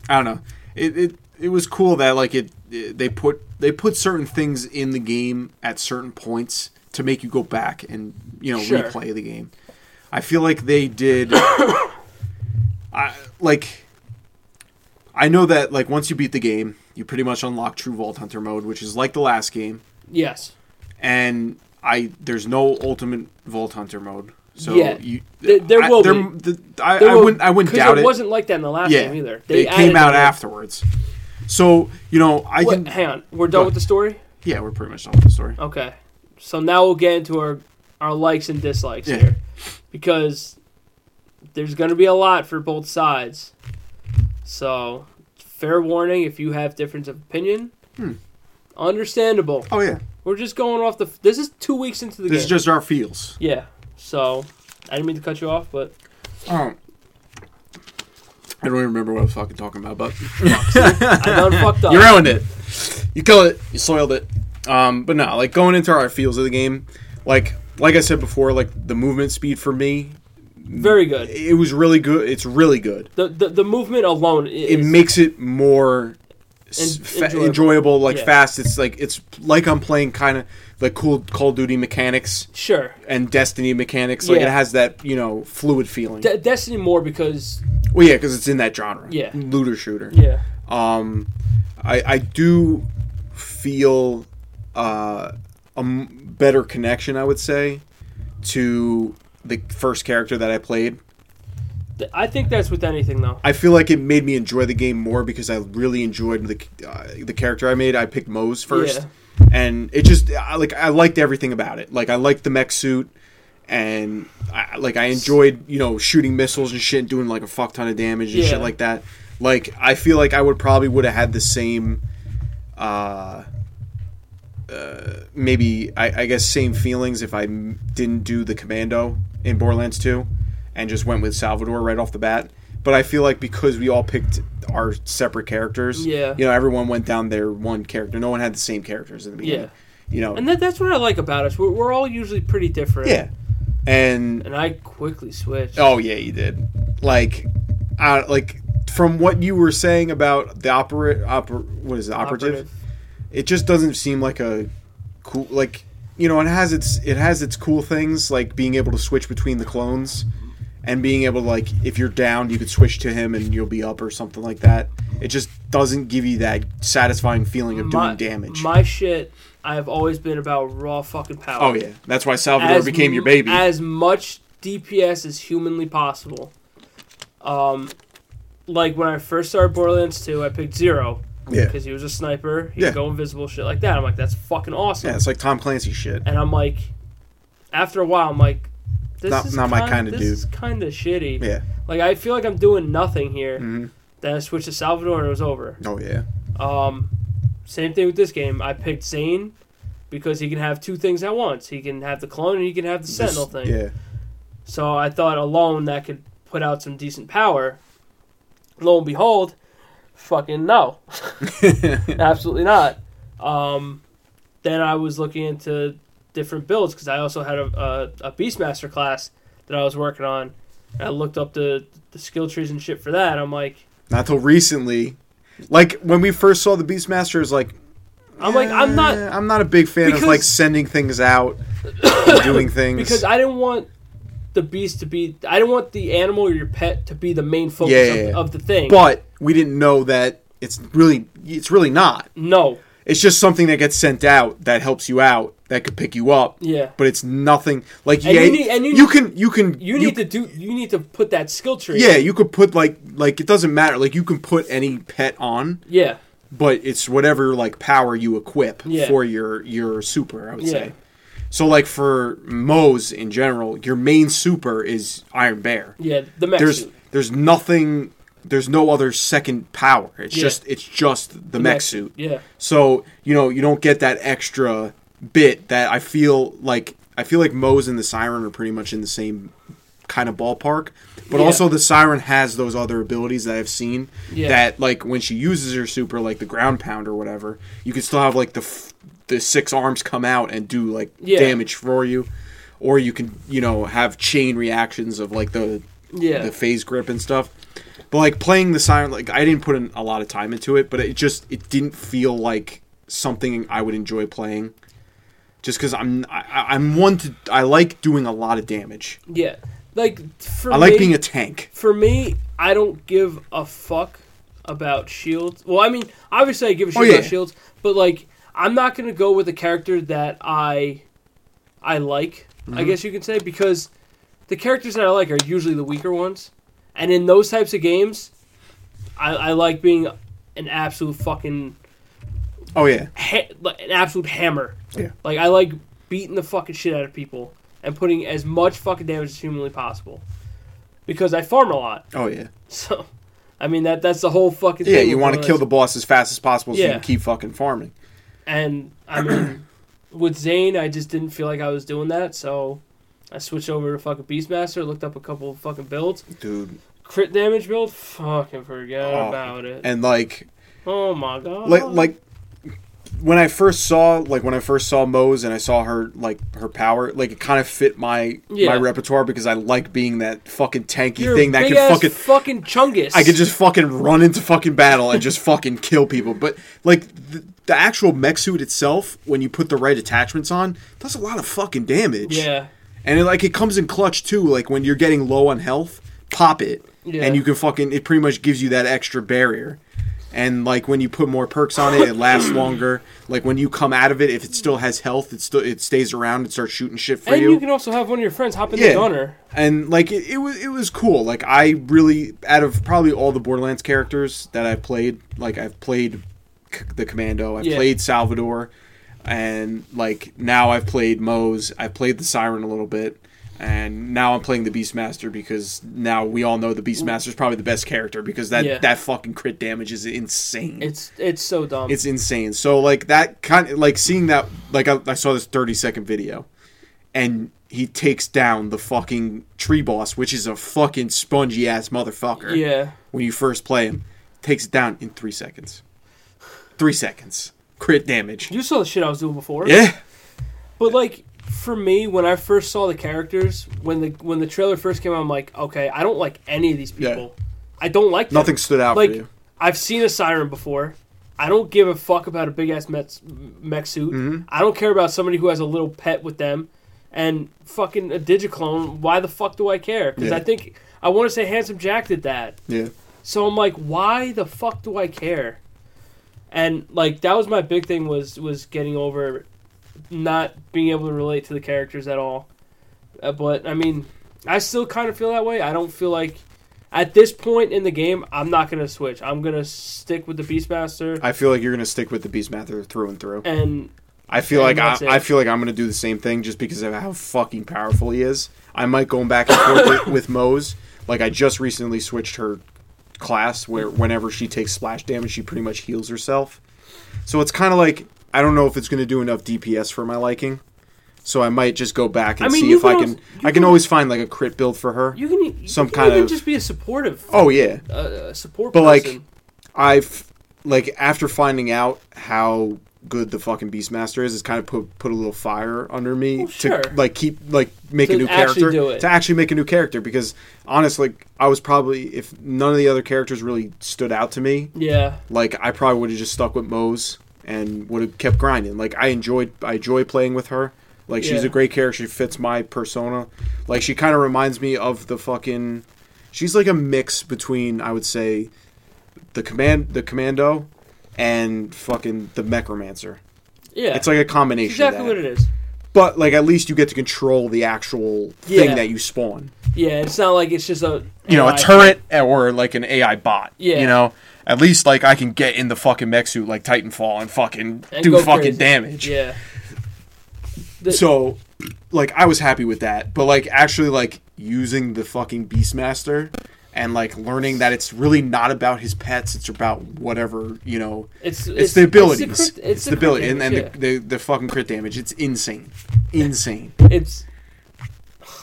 I don't know. It it, it was cool that like it, it- they put they put certain things in the game at certain points to make you go back and you know
Sure.
replay the game. I feel like they did. I like. I know that like once you beat the game, you pretty much unlock True Vault Hunter mode, which is like the last game,
Yes.
and I there's no Ultimate Vault Hunter mode. So
Yeah.
you,
There- there
I,
will
there,
be.
the- I,
There
I
were-
wouldn't. I wouldn't
'cause
doubt it.
wasn't like that in the last
Yeah,
game either.
They,
added
came out
that in.
afterwards. So you know, I
What-
can.
hang on, we're done
Go.
with the story.
Yeah, we're pretty much done with the story.
Okay, so now we'll get into our our likes and dislikes
Yeah.
here, because there's going to be a lot for both sides. So, fair warning if you have difference of opinion.
Hmm.
Understandable.
Oh yeah,
We're just going off the. This is two weeks into the
this is
game.
just our feels.
yeah. So, I didn't mean to cut you off, but
Um, I don't even remember what I was fucking talking about, but
I done fucked up.
you ruined it. You killed it. You soiled it. Um, but no, like going into our feels of the game, like like I said before, like the movement speed for me,
Very good.
it was really good. It's really good.
The, the the movement alone i-
it
is
makes it more s-
En-
fa-
enjoyable.
enjoyable. like
Yeah.
fast. It's like it's like I'm playing kind of like cool Call of Duty mechanics
sure
and Destiny mechanics. Like
Yeah.
it has that you know fluid feeling.
De- Destiny more because
well, yeah, because it's in that genre.
Yeah.
looter shooter.
yeah
Um, I I do feel uh, a m- better connection. I would say to the first character that I played.
Th- I think that's with anything though.
I feel like it made me enjoy the game more because I really enjoyed the uh, the character I made. I picked Mose first, and it just I, like I liked everything about it. Like I liked the mech suit, and I, like I enjoyed you know shooting missiles and shit, and doing like a fuck ton of damage and
Yeah.
shit like that. Like I feel like I would probably would have had the same uh, uh, maybe I, I guess same feelings if I m- didn't do the commando in Borderlands 2 and just went with Salvador right off the bat. But I feel like because we all picked our separate characters,
Yeah.
you know, everyone went down their one character. No one had the same characters in the beginning.
Yeah.
You know,
And that, that's what I like about us. We're, we're all usually pretty different.
yeah. And
And I quickly switched.
Oh yeah, you did. Like, I, like from what you were saying about the opera, oper, what is it, operative?
Operative.
It just doesn't seem like a cool, like you know, it has its it has its cool things like being able to switch between the clones and being able to like if you're down you could switch to him and you'll be up or something like that. It just doesn't give you that satisfying feeling of
my,
doing damage.
My shit, I have always been about raw fucking power.
oh yeah, that's why Salvador became your baby.
m- As much DPS as humanly possible. Um, like when I first started Borderlands 2, I picked Zero
yeah,
because he was a sniper. He'd
Yeah.
go invisible, shit like that. I'm like, that's fucking awesome.
yeah, it's like Tom Clancy shit.
And I'm like, after a while, I'm like, this
Not-
is
not my
kind-
kinda
This
dude.
is kind of shitty.
Yeah.
Like I feel like I'm doing nothing here.
hmm
Then I switched to Salvador and it was over.
Oh yeah.
Um, same thing with this game. I picked Zane because he can have two things at once. He can have the clone and he can have the Sentinel
This-
thing.
Yeah.
So I thought alone that could put out some decent power. Lo and behold, fucking no, absolutely not. Um, then I was looking into different builds because I also had a, a, a Beastmaster class that I was working on. And I looked up the, the skill trees and shit for that. I'm like,
Not till recently. Like when we first saw the Beastmaster is like
I'm like, I'm not
"Eh, I'm not a big fan of
Because-
like sending things out and doing things.
because I didn't want the beast to be. I didn't want the animal or your pet to be the main focus
Yeah, yeah,
of,
yeah.
of the thing.
but we didn't know that it's really it's really not.
no,
It's just something that gets sent out that helps you out, that could pick you up.
yeah,
But it's nothing like
And
yeah,
you need- and you-
can you can
you need to do. You need to put that skill tree.
yeah, you could put like like it doesn't matter like you can put any pet on,
yeah,
but it's whatever like power you equip
Yeah.
for your your super. I would
Yeah.
say. So like for Moe's in general, your main super is Iron Bear.
yeah. The mech
There's
suit.
there's nothing. There's no other second power. It's
Yeah.
just it's just the, mech, suit.
Yeah,
So you know you don't get that extra bit that I feel like I feel like Moe's and the Siren are pretty much in the same kind of ballpark. But
Yeah.
also the Siren has those other abilities that I've seen
Yeah.
that like when she uses her super like the ground pound or whatever, you can still have like the f- the six arms come out and do like
Yeah.
damage for you. Or you can, you know, have chain reactions of like the
Yeah.
the phase grip and stuff. But like playing the siren, like I didn't put in a lot of time into it, but it just it didn't feel like something I would enjoy playing. Just because I'm I, I- I'm one to I like doing a lot of damage.
yeah. Like for
I like
me,
being a tank.
for me, I don't give a fuck about shields. Well, I mean, obviously I give a shit
Oh, yeah.
about shields, but like I'm not gonna go with a character that I I like.
Mm-hmm.
I guess you could say because the characters that I like are usually the weaker ones, and in those types of games, I, I like being an absolute fucking
Oh yeah,
ha- like, an absolute hammer.
Yeah.
Like I like beating the fucking shit out of people and putting as much fucking damage as humanly possible. Because I farm a lot.
oh yeah,
So, I mean that that's the whole fucking
yeah.
thing
You
with
want to kill the boss as fast as possible so you
Yeah.
can keep fucking farming.
and I mean with Zane, I just didn't feel like I was doing that, so I switched over to fucking Beastmaster, looked up a couple of fucking builds,
Dude,
crit damage build, fucking forget
Oh,
about it.
and like
oh my god,
like like when I first saw like when I first saw Mose and I saw her like her power, like it kind of fit my
Yeah.
my repertoire because I like being that fucking tanky
You're a
thing that
big
can
ass
fucking
fucking chungus.
I could just fucking run into fucking battle and just fucking kill people. But like the, the actual mech suit itself, when you put the right attachments on, does a lot of fucking damage.
yeah
And it, like it comes in clutch too. Like when you're getting low on health, pop it,
Yeah.
and you can fucking. It pretty much gives you that extra barrier. And like when you put more perks on it, it lasts longer. Like when you come out of it, if it still has health, it still it stays around and starts shooting shit for
and
you.
you can also have one of your friends hop in the gunner.
And like it, it was it was cool. Like I really out of probably all the Borderlands characters that I've played, like I've played C- the Commando, I've
Yeah.
played Salvador, and like now I've played Moe's, I've played the Siren a little bit. And now I'm playing the Beastmaster because now we all know the Beastmaster is probably the best character because that
Yeah.
that fucking crit damage is insane.
It's it's so dumb.
It's insane. So like that kind of like seeing that like I, I saw this 30 second video and he takes down the fucking tree boss which is a fucking spongy ass motherfucker.
yeah.
When you first play him, takes it down in 3 seconds. 3 seconds. Crit damage.
You saw the shit I was doing before.
Yeah.
But like for me, when I first saw the characters, when the when the trailer first came out, I'm like, okay, I don't like any of these
Yeah.
people. I don't like them.
Nothing stood out
Like
for you.
I've seen a siren before. I don't give a fuck about a big ass mech, mech suit.
Mm-hmm.
I don't care about somebody who has a little pet with them, and fucking a digiclone. Why the fuck do I care? Because
Yeah.
I think I want to say handsome Jack did that.
Yeah.
So I'm like, why the fuck do I care? And like that was my big thing was was getting over not being able to relate to the characters at all. Uh, but I mean, I still kind of feel that way. I don't feel like at this point in the game, I'm not gonna switch. I'm gonna stick with the Beastmaster,
I feel like you're going to stick with the Beastmaster through and through.
and
I feel like
And
I,
that's it.
I feel like I'm gonna do the same thing just because of how fucking powerful he is. I might go back and forth with, with Mose. Like I just recently switched her class where whenever she takes splash damage, she pretty much heals herself. So it's kind of like I don't know if it's gonna do enough DPS for my liking. So I might just go back and
I mean,
see
you
if I
can
can.
als- you
I can
can-
always find like a crit build for her.
you can e, you
Some
can
kind
even
of-
just be a supportive
oh yeah,
uh, support.
But, like,
person.
I've like after finding out how good the fucking Beastmaster is, it's kind of put put a little fire under me
Well,
to
sure.
like keep like make
To
a new
actually
character
do it.
to actually make a new character because honestly, I was probably if none of the other characters really stood out to me,
yeah,
like I probably would have just stuck with Mose and would have kept grinding. Like I enjoyed I enjoy playing with her. Like she's
Yeah.
a great character. She fits my persona. Like she kind of reminds me of the fucking. She's like a mix between I would say, the command the commando, and fucking the mechromancer.
yeah.
It's like a combination.
That's exactly
of
what
that.
it is.
But like at least you get to control the actual
Yeah.
thing that you spawn.
Yeah, it's not like it's just a
You know,
AI
a turret or like an AI bot.
Yeah.
You know. At least like I can get in the fucking mech suit like Titanfall and fucking
and
do
go
fucking
crazy.
damage.
Yeah.
so like I was happy with that, but like actually like using the fucking Beastmaster and like learning that it's really not about his pets, it's about whatever, you know,
It's
it's, the abilities.
It's,
It's,
crit-
the,
crit
ability and, and
damage,
the, the the fucking crit damage. It's insane. Insane.
yeah. it's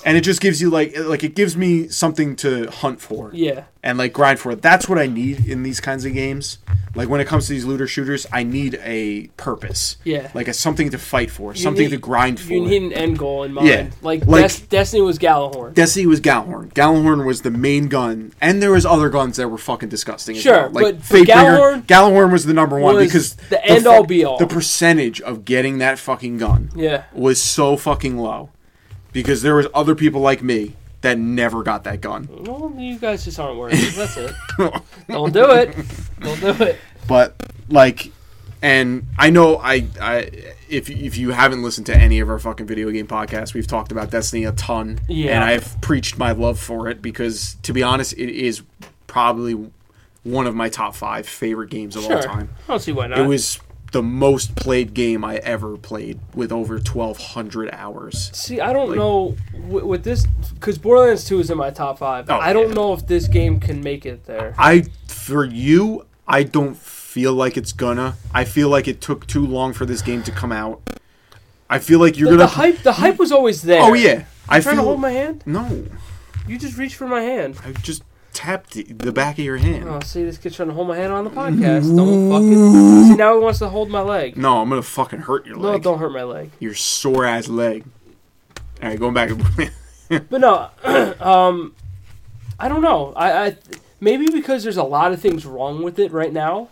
And it just gives you like like it gives me something to hunt for
yeah.
and like grind for. That's what I need in these kinds of games. Like when it comes to these looter shooters, I need a purpose.
Yeah.
Like a something to fight for, something
need-
to grind for.
You need an end goal in mind.
Yeah.
Like,
Like-
Des- Destiny was Galahorn.
Destiny was Galahorn. Galahorn was the main gun, and there was other guns that were fucking disgusting. as well.
Sure,
like
but
Fatebringer-
Galahorn
Galahorn was the number one
was
because
the end-all, be-all.
The percentage of getting that fucking gun
yeah.
was so fucking low because there was other people like me that never got that gun.
Well, you guys just aren't worried. That's it. Don't do it. Don't do it.
But like, and I know I I if if you haven't listened to any of our fucking video game podcasts, we've talked about Destiny a ton,
Yeah.
and I've preached my love for it because to be honest, it is probably one of my top five favorite games of all
Sure. I
time.
don't see why not.
It was the most played game I ever played with over twelve hundred hours.
see, I don't know with, with this because Borderlands Two is in my top five.
Oh,
I don't
yeah.
know if this game can make it there.
I for you, I don't feel like it's gonna. I feel like it took too long for this game to come out. I feel like you're
The, the
gonna.
hype, the hype was always there.
oh yeah, I
Trying
feel.
to hold my hand?
no,
You just reached for my hand.
I just tapped the- the back of your hand.
Oh, see, this kid's trying to hold my hand on the podcast. Don't fucking. See, now he wants to hold my leg.
No, I'm gonna fucking hurt your
No,
leg.
don't hurt my leg.
Your sore ass leg. All right, going back.
But no, um, I don't know. I, I maybe because there's a lot of things wrong with it right now,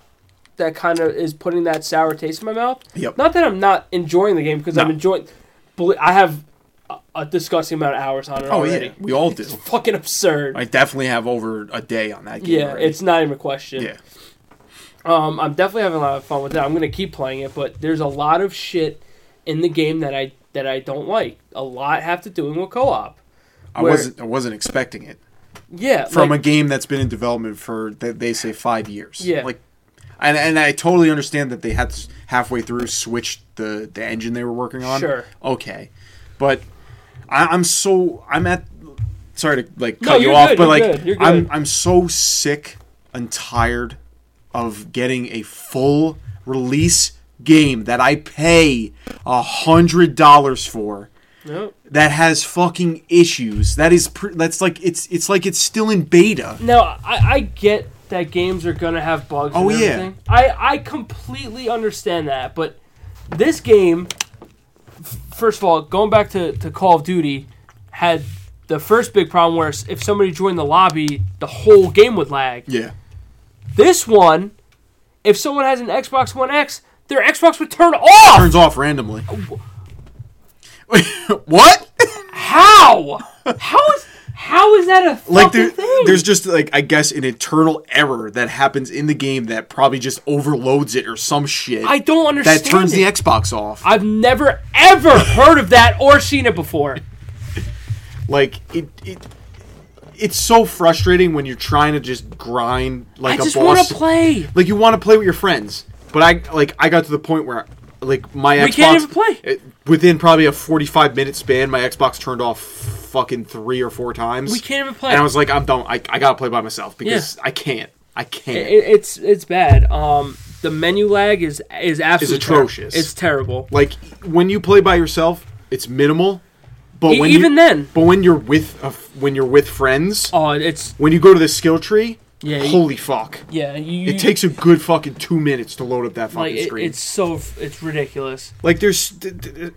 that kind of is putting that sour taste in my mouth.
yep.
Not that I'm not enjoying the game because I'm
No.
enjoying. bel- I have a, a disgusting amount of hours on it
Oh
already.
yeah, we all do.
It's fucking absurd.
I definitely have over a day on that game.
yeah,
already.
it's not even a question.
yeah.
Um, I'm definitely having a lot of fun with it. I'm gonna keep playing it, but there's a lot of shit in the game that I that I don't like. A lot have to do with co-op.
I
where-
wasn't. I wasn't expecting it.
Yeah,
from
like,
a game that's been in development for that they say five years.
Yeah.
Like, and and I totally understand that they had to s- halfway through switch the the engine they were working on.
Sure.
Okay, but I, I'm so I'm at. Sorry to like
No,
cut you
you're
off,
good,
but
you're
like
good, you're
I'm
good.
I'm so sick and tired of getting a full release game that I pay a hundred dollars for
No.
that has fucking issues. That is pr- that's like it's it's like it's still in beta.
Now I, I get that games are gonna have bugs.
Oh,
and
yeah.
everything. I I completely understand that, but this game, f- first of all, going back to, to Call of Duty, had the first big problem where s- if somebody joined the lobby, the whole game would lag.
Yeah.
This one, if someone has an Xbox One X, their Xbox would turn off.
Turns off randomly.
Oh,
what?
How? How is how is that a fucking
like there,
thing?
there's just like I guess an internal error that happens in the game that probably just overloads it or some shit.
I don't understand.
that turns
it.
the Xbox off.
I've never ever heard of that or seen it before.
like it, it, it's so frustrating when you're trying to just grind
I
like a
just want
boss.
to play.
like you want to play with your friends, but I like I got to the point where like my Xbox
can't even play.
it- within probably a 45 minute span. My Xbox turned off fucking three or four times.
We can't even play.
And I was like, I'm done. I, I gotta play by myself because I can't. I can't.
It- it's it's bad. Um, the menu lag is is absolutely ter-
atrocious.
it's terrible.
Like when you play by yourself, it's minimal. But
E-
when
even
you,
then.
but when you're with a f when you're with friends,
Oh, it's
when you go to the skill tree,
Yeah, you-
holy fuck!
yeah. You,
It takes a good fucking two minutes to load up that
like
fucking
it-
screen.
it's so f- it's ridiculous.
like there's, d- d- d-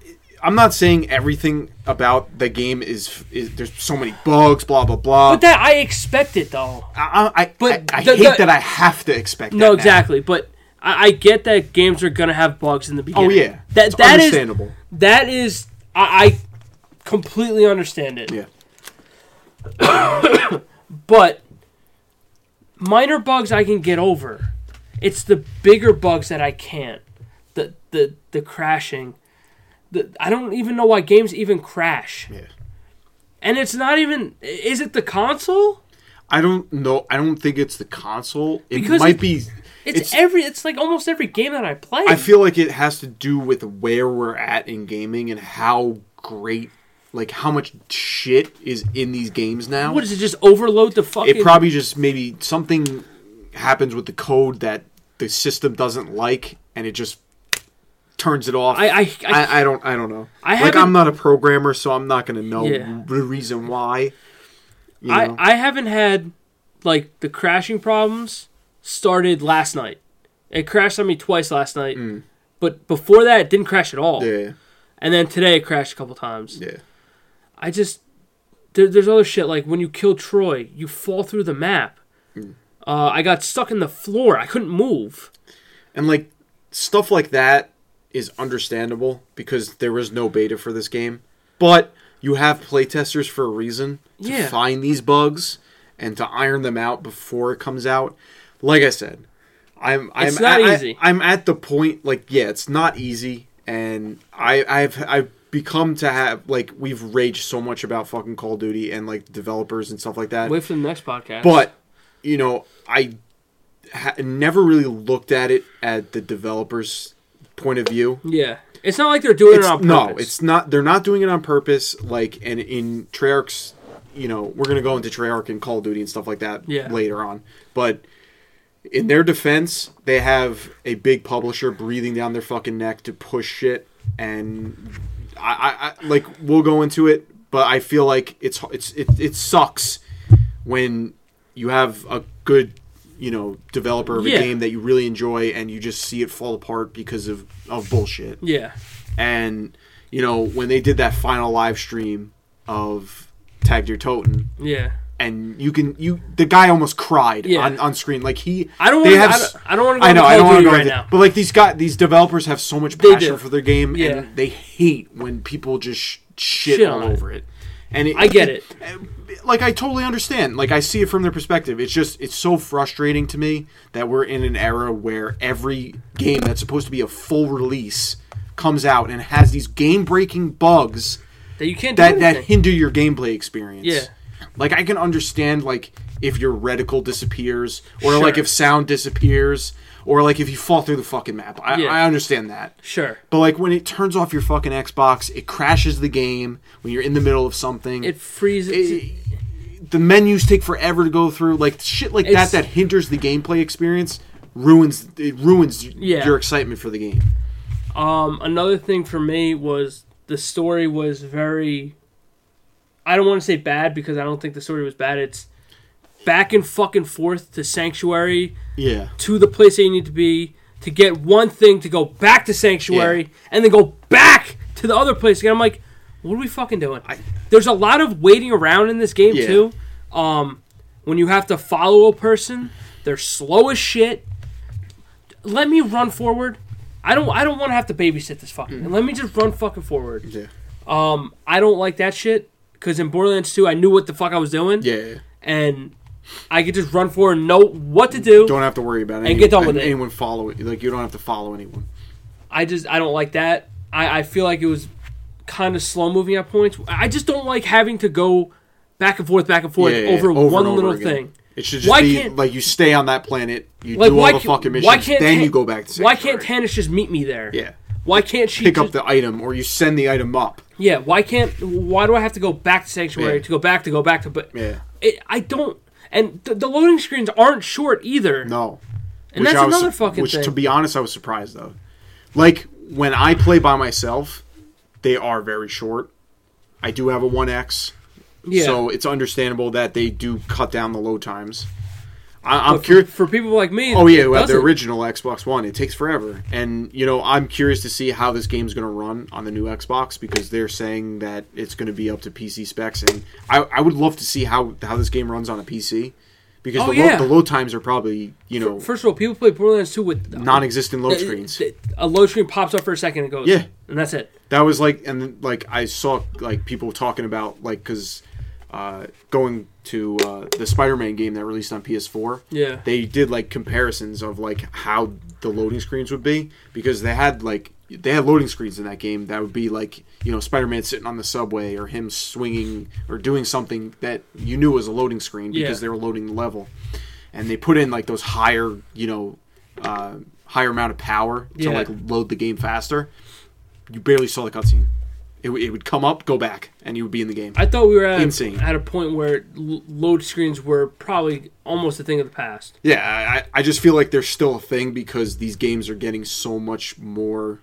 I'm not saying everything about the game is, is there's so many bugs, blah blah blah.
But that I expect it though.
I, I, I,
but
I, I
the-
hate
the-
that I have to expect. that
No,
now.
exactly. But I, I get that games are gonna have bugs in the
Oh
beginning.
yeah,
that
It's
that is
understandable.
that is I, I completely understand it.
Yeah.
But minor bugs I can get over. It's the bigger bugs that I can't. The the the crashing. The, I don't even know why games even crash.
Yeah.
And it's not even is it the console?
I don't know. I don't think it's the console. It
Because
might
it-
be.
It's, every it's like almost every game that I play.
I feel like it has to do with where we're at in gaming and how great, like how much shit is in these games now.
what does it just overload the fucking
it probably just maybe something happens with the code that the system doesn't like, and it just turns it off.
I- I- I-
I, don't I don't know.
I
like
haven't-
I'm not a programmer, so I'm not gonna know
Yeah.
the reason why. You know?
I, I haven't had like the crashing problems started last night. It crashed on me twice last night. But before that it didn't crash at all.
Mm. yeah
And then today it crashed a couple times.
yeah.
I just there, there's other shit like when you kill Troy, you fall through the map.
Mm.
Uh, I got stuck in the floor. I couldn't move.
And like stuff like that is understandable because there was no beta for this game. But you have playtesters for a reason to
Yeah.
find these bugs and to iron them out before it comes out. Like I said, I'm I'm
It's not
I- I-
easy.
I'm at the point like yeah, it's not easy and I I've I've become to have like we've raged so much about fucking Call of Duty and like developers and stuff like that.
Wait for the next podcast.
But you know, I ha- never really looked at it at the developer's point of view.
yeah, it's not like they're doing
It's-
it on
no,
purpose.
it's not. They're not doing it on purpose. Like, and in Treyarch's, you know, we're gonna go into Treyarch and Call of Duty and stuff like that
Yeah.
later on. But in their defense, they have a big publisher breathing down their fucking neck to push shit, and I, I, I like we'll go into it. But I feel like it's it's it, it sucks when you have a good you know developer of a
Yeah.
game that you really enjoy and you just see it fall apart because of of bullshit
yeah,
and you know when they did that final live stream of tagged your totem
yeah.
and you can you the guy almost cried
Yeah.
on, on screen like he
I don't
they
wanna-
have
I
s-
don't- I don't wanna go
I
into
know I
Call
don't
of
want to
Duty
go
right
into-
now.
but like these guy these developers have so much
They
passion
do.
for their game
Yeah.
and they hate when people just sh- shit,
Shit
all
on it.
over it and it,
I get it.
like I totally understand. Like I see it from their perspective. It's just it's so frustrating to me that we're in an era where every game that's supposed to be a full release comes out and has these game breaking bugs
That you can't do
that that
anything.
hinder your gameplay experience.
Yeah.
Like I can understand like if your reticle disappears, or like
Sure.
if sound disappears, or like if you fall through the fucking map. I,
Yeah.
I understand that.
Sure.
But like when it turns off your fucking Xbox, it crashes the game when you're in the middle of something.
It freezes.
It- the menus take forever to go through. Like shit like
It's-
that that hinders the gameplay experience ruins it ruins
Yeah.
your excitement for the game.
Um, another thing for me was the story was very. I don't want to say bad because I don't think the story was bad. It's back and fucking forth to Sanctuary
Yeah.
to the place that you need to be to get one thing to go back to Sanctuary and then go back to the other place again. I'm like, what are we fucking doing? There's a lot of waiting around in this game
Yeah.
too. Um, when you have to follow a person, they're slow as shit. Let me run forward. I don't. I don't want to have to babysit this
Mm-hmm.
fucking. Let me just run fucking forward.
Yeah.
Um, I don't like that shit. Cause in Borderlands 2, I knew what the fuck I was doing,
Yeah.
and I could just run forward, and know what to do.
Don't have to worry about it.
And get done
Any-
with it.
Anyone follow it. Like you don't have to follow anyone.
I just I don't like that. I, I feel like it was kind of slow moving at points. I just don't like having to go back and forth, back and forth
Yeah, yeah,
over
yeah.
one
and
little
again.
thing.
It should just
Why
be
can't-
like you stay on that planet, you
Like
do
why
all the
can't-
fucking missions,
why can't
then
Tan-
you go back to
Why
Sanctuary.
can't Tannis just meet me there?
Yeah.
Why can't she
Pick up
just-
the item or you send the item up.
Yeah. Why can't? Why do I have to go back to sanctuary
Yeah.
to go back to go back to? But
Yeah.
it, I don't. And th- the loading screens aren't short either.
No.
And that's
I was-
another fucking
which, to
thing.
be honest, I was surprised though. Like when I play by myself, they are very short. I do have a one X,
yeah.
so it's understandable that they do cut down the load times. I, I'm
But for,
curious.
for people like me.
Oh yeah,
it
well, the
doesn't.
original Xbox One, it takes forever, and you know I'm curious to see how this game's going to run on the new Xbox because they're saying that it's going to be up to PC specs, and I, I would love to see how how this game runs on a PC because
Oh,
the,
yeah.
load, the load times are probably you know
First of all, people play Borderlands 2 with
non-existent load
Uh,
screens.
th- A load screen pops up for a second and goes.
Yeah.
And that's it.
That was like, and then, like I saw like people talking about like because uh, going to uh, the Spider-Man game that released on PS4.
Yeah.
they did like comparisons of like how the loading screens would be because they had like they had loading screens in that game that would be like you know Spider-Man sitting on the subway or him swinging or doing something that you knew was a loading screen because
Yeah.
they were loading the level, and they put in like those higher you know. Uh, higher amount of power to
Yeah.
like load the game faster you barely saw the cutscene. It, w- it would come up, go back, and you would be in the game.
I thought we were at,
Insane.
at a point where l- load screens were probably almost a thing of the past.
yeah, I, I- I just feel like they're still a thing because these games are getting so much more,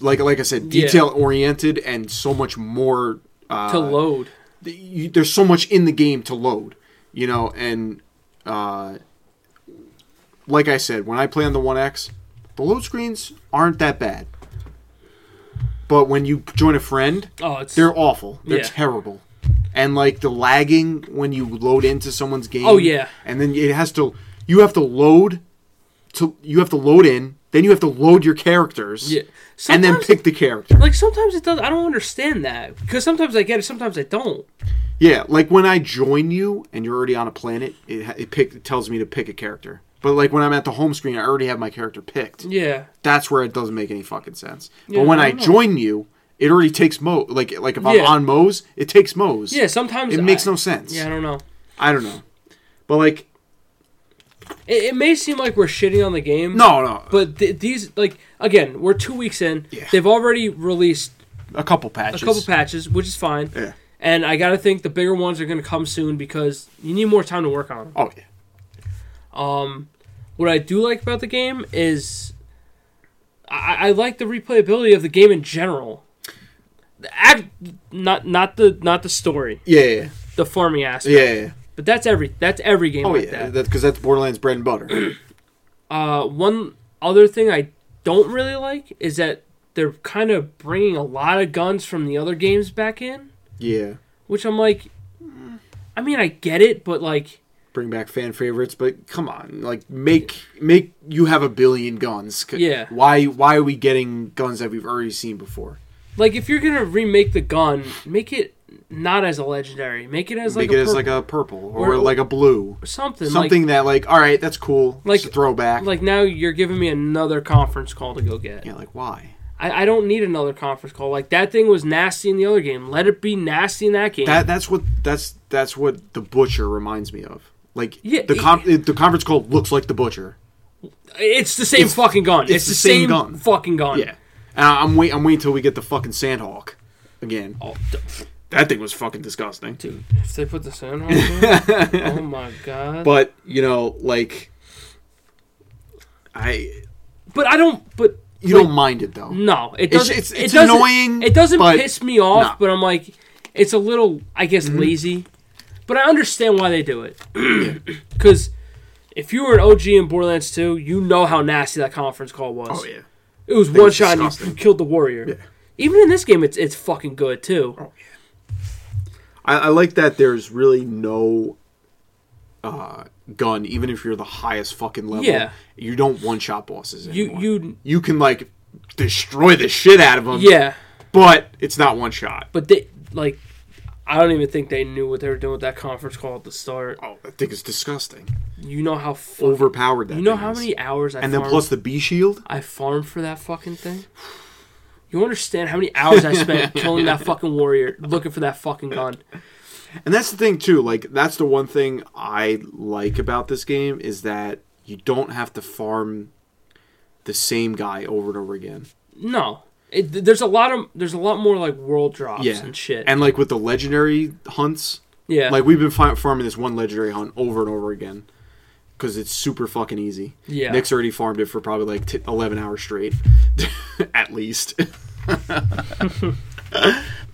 like like I said,
Yeah.
detail oriented and so much more. Uh,
to load.
th- you, there's so much in the game to load, you know, and uh, like I said, when I play on the One X, the load screens aren't that bad. But when you join a friend,
Oh, it's
They're awful. They're
Yeah.
terrible. And like the lagging when you load into someone's game.
Oh, yeah.
And then it has to you have to load to you have to load in, then you have to load your characters.
yeah.
And then
Sometimes-
pick the character.
like sometimes it does. I don't understand that because sometimes I get it, sometimes I don't.
Yeah, like when I join you and you're already on a planet, it ha- it, pick, it tells me to pick a character. But like when I'm at the home screen, I already have my character picked.
Yeah,
That's where it doesn't make any fucking sense.
Yeah,
but when
I
I,
don't know.
join you, it already takes Mo like like if I'm
Yeah.
on Mo's, it takes Mo's.
yeah. Sometimes
It makes
I-
no sense.
Yeah, I don't know.
I don't know. But like
It, it may seem like we're shitting on the game.
no, no.
but th- these like again, we're two weeks in.
Yeah.
They've already released
a couple
a
patches.
couple patches, which is fine.
Yeah.
And I gotta think the bigger ones are gonna come soon because you need more time to work on them.
Oh yeah.
Um, what I do like about the game is I, I like the replayability of the game in general. The Ad, not not the not the story,
Yeah, yeah,
the farming aspect.
yeah. yeah.
But that's every that's every game
Oh
like
yeah,
that.
that's because that's Borderlands bread and butter.
Uh, one other thing I don't really like is that they're kind of bringing a lot of guns from the other games back in,
yeah,
which I'm like, I mean, I get it, but like,
bring back fan favorites, but come on, like make make you have a billion guns. C-
Yeah.
Why why are we getting guns that we've already seen before?
like if you're gonna remake the gun, make it not as a legendary, make it as like
make
a
it as
purple-
like a purple or,
Or-
like a blue,
something like-
something that like all right, that's cool.
Like-
Like a throwback.
Like now you're giving me another conference call to go get.
yeah, like why?
I, I don't need another conference call. Like that thing was nasty in the other game. Let it be nasty in that game.
That that's what that's that's what the butcher reminds me of. Like
Yeah,
the com- the conference call looks like the butcher.
it's the same fucking gun. It's, the, same,
gun.
fucking gun.
Yeah, and I- I'm wait I'm waiting till we get the fucking Sandhawk again.
Oh, d-
That thing was fucking disgusting.
dude, if they put the sand on, it, oh my god. But,
But you know, like I
I don't. But
you don't mind it though.
No, it
It's-
doesn't.
it's-
it
it's
doesn't,
annoying,
It doesn't
but-
piss me off,
no. Mm-hmm.
but I'm like, it's a little, I guess, lazy. But I understand why they do it. Because if you were an OG in Borderlands 2, you know how nasty that conference call was.
Oh yeah.
It was one
was
shot and you
disgusting.
killed the warrior.
Yeah. Oh,
Even in this game, it's it's fucking good too.
I, I like that there's really no uh, gun, even if you're the highest fucking level.
Yeah.
You don't one shot bosses
You
anymore.
you
you can like destroy the shit out of them.
yeah,
But it's not one shot.
but they like, I don't even think they knew what they were doing with that conference call at the start.
Oh, that thing is disgusting.
You know how fuck,
Overpowered that.
You know
thing
how
is.
many hours I
And then
farmed-
plus the B shield.
I farmed for that fucking thing. You understand how many hours I spent killing that fucking warrior, looking for that fucking gun.
And that's the thing too. Like that's the one thing I like about this game is that you don't have to farm the same guy over and over again.
No, it, th- there's a lot of there's a lot more like world drops
Yeah.
and shit.
And like with the legendary hunts,
yeah,
Like we've been fi- farming this one legendary hunt over and over again because it's super fucking easy.
Yeah.
Nick's already farmed it for probably like t- eleven hours straight, at least.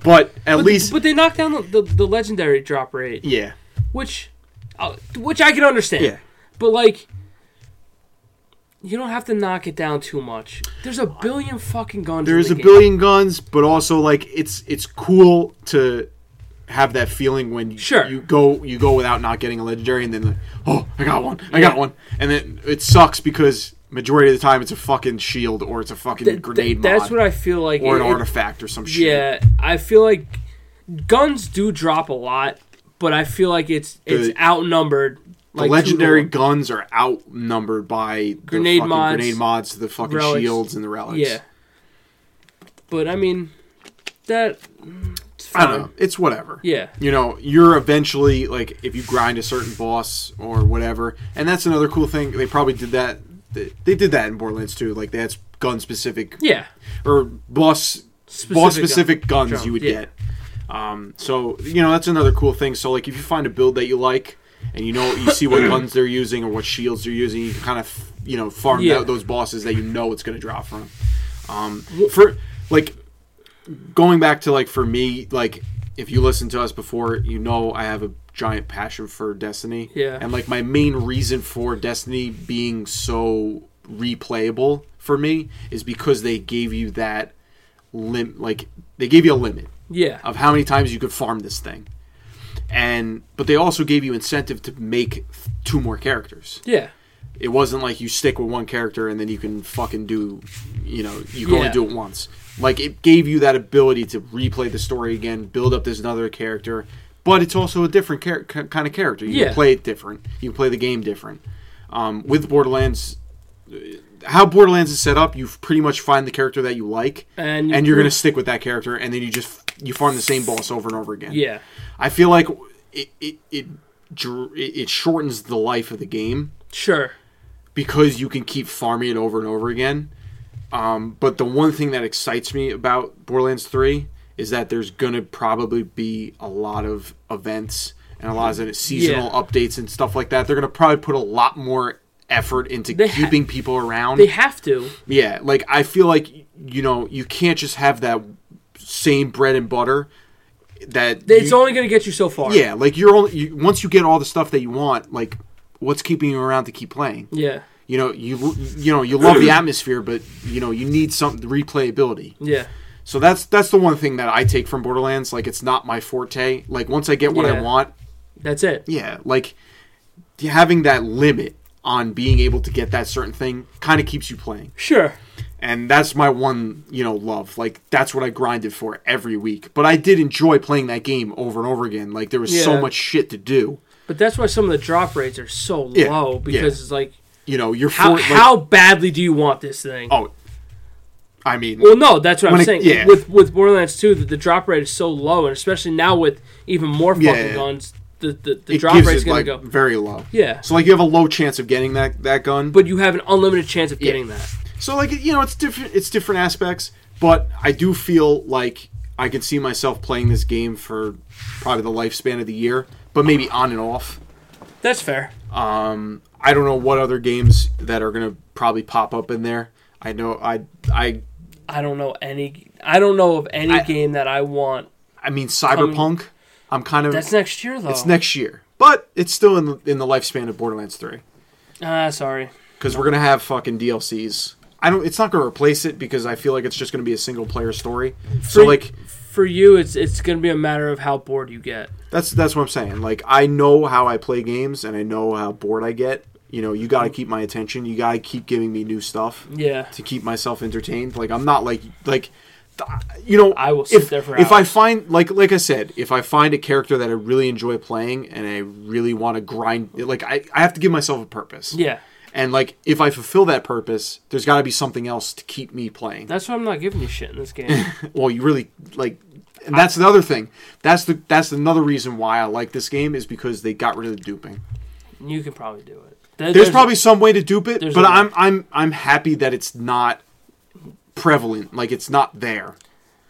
but at
but,
least,
but they knocked down the, the, the legendary drop rate,
yeah,
which uh, which I can understand.
Yeah.
But like, you don't have to knock it down too much. There's a billion fucking guns. in
there's
the
a
game.
billion guns, but also like it's it's cool to have that feeling when you,
Sure.
you go you go without not getting a legendary, and then like, oh, I got one, I got one, and then it sucks because majority of the time it's a fucking shield or it's a fucking
Th- th-
grenade
That's
mod
what I feel like.
or an
It- it-
artifact or some shit.
Yeah, I feel like guns do drop a lot, but I feel like it's it's
The-
outnumbered.
The
Like two
legendary
to
guns are outnumbered by
Grenade
the fucking
mods,
grenade mods, the fucking
relics.
shields, and the
one.
relics.
Yeah, but I mean that. It's
I
fine.
don't know. It's whatever.
Um, Yeah,
You know, you're eventually like if you grind a certain boss or whatever, and that's another cool thing. They probably did that. They they did that in Borderlands too. Like that's gun specific
yeah.
or boss
Specific
boss specific
gun-
guns
drum,
you would
yeah.
get. Um, so you know that's another cool thing. So like if you find a build that you like and you know you see what guns they're using or what shields they're using, you can kind of you know farm
Yeah.
out those bosses that you know it's going to drop from. Um, for like going back to like for me like if you listen to us before you know i have a giant passion for destiny
Yeah.
and like my main reason for destiny being so replayable for me is because they gave you that lim like they gave you a limit
Yeah,
of how many times you could farm this thing and but they also gave you incentive to make th- two more characters
yeah,
it wasn't like you stick with one character and then you can fucking do, you know, you can
Yeah.
only do it once. Like it gave you that ability to replay the story again, build up this another character, but it's also a different char- ki- kind of character. You
Yeah.
can play it different. You can play the game different. Um, with Borderlands, uh, how Borderlands is set up, you pretty much find the character that you like,
And-
and you're gonna stick with that character, and then you just you farm the same boss over and over again.
yeah.
I feel like it it it, dr- it it shortens the life of the game
Sure.
because you can keep farming it over and over again. Um, but the one thing that excites me about Borderlands 3 is that there's going to probably be a lot of events and a lot of seasonal
Yeah.
updates and stuff like that. They're going to probably put a lot more effort into
They ha-
keeping people around.
They have to.
yeah, like I feel like you know, you can't just have that same bread and butter that
It's
you-
only going to get you so far.
yeah, like you're only you, once you get all the stuff that you want, like what's keeping you around to keep playing?
Yeah.
You know, you you know, you love the atmosphere, but you know, you need some replayability.
Yeah.
So that's that's the one thing that I take from Borderlands. Like, it's not my forte. Like, once I get what
Yeah.
I want,
That's it.
yeah, like having that limit on being able to get that certain thing kind of keeps you playing.
Sure.
And that's my one, you know, love. Like, that's what I grinded for every week. But I did enjoy playing that game over and over again. Like, there was so
Yeah.
much shit to do.
But that's why some of the drop rates are so
Yeah,
low because
yeah.
it's like
You know, you're
how
for, like-
how badly do you want this thing?
oh, I mean,
Well, no, that's what
When
I'm
it-
saying.
yeah.
With with Borderlands 2, the, the drop rate is so low, and especially now with even more fucking
Yeah, yeah.
guns, the, the, the
it
drop
gives
rate's
it like
going to go.
very low.
Yeah.
So like you have a low chance of getting that that gun.
But you have an unlimited chance of getting that.
So like you know, it's different. It's different aspects, but I do feel like I can see myself playing this game for probably the lifespan of the year, but maybe on and off.
That's fair.
Um, I don't know what other games that are gonna probably pop up in there. I know I I
I don't know any. I don't know of any
I-
game that I want.
I mean Cyberpunk. I'm kind of
Um, That's next year, though.
it's next year, but it's still in the, in the lifespan of Borderlands Three
Ah, sorry.
because we're gonna have fucking DLCs. I don't. It's not gonna replace it because I feel like it's just gonna be a single player story. So
Free-
like
For you, it's it's gonna be a matter of how bored you get.
That's that's what I'm saying. Like I know how I play games and I know how bored I get. You know, you got to keep my attention. You got to keep giving me new stuff
Yeah.
to keep myself entertained. Like I'm not like like th- you know,
I will sit
if,
there for
If I
hours.
find like like I said, if I find a character that I really enjoy playing and I really want to grind like I I have to give myself a purpose.
Yeah.
And like if I fulfill that purpose, there's got to be something else to keep me playing
That's why I'm not giving you shit in this game.
well you really like and that's the other thing that's the that's another reason why i like this game is because they got rid of the duping
you can probably do it. There-
there's, probably some way to dupe it
there's
but
a-
i'm i'm i'm happy that it's not prevalent like it's not there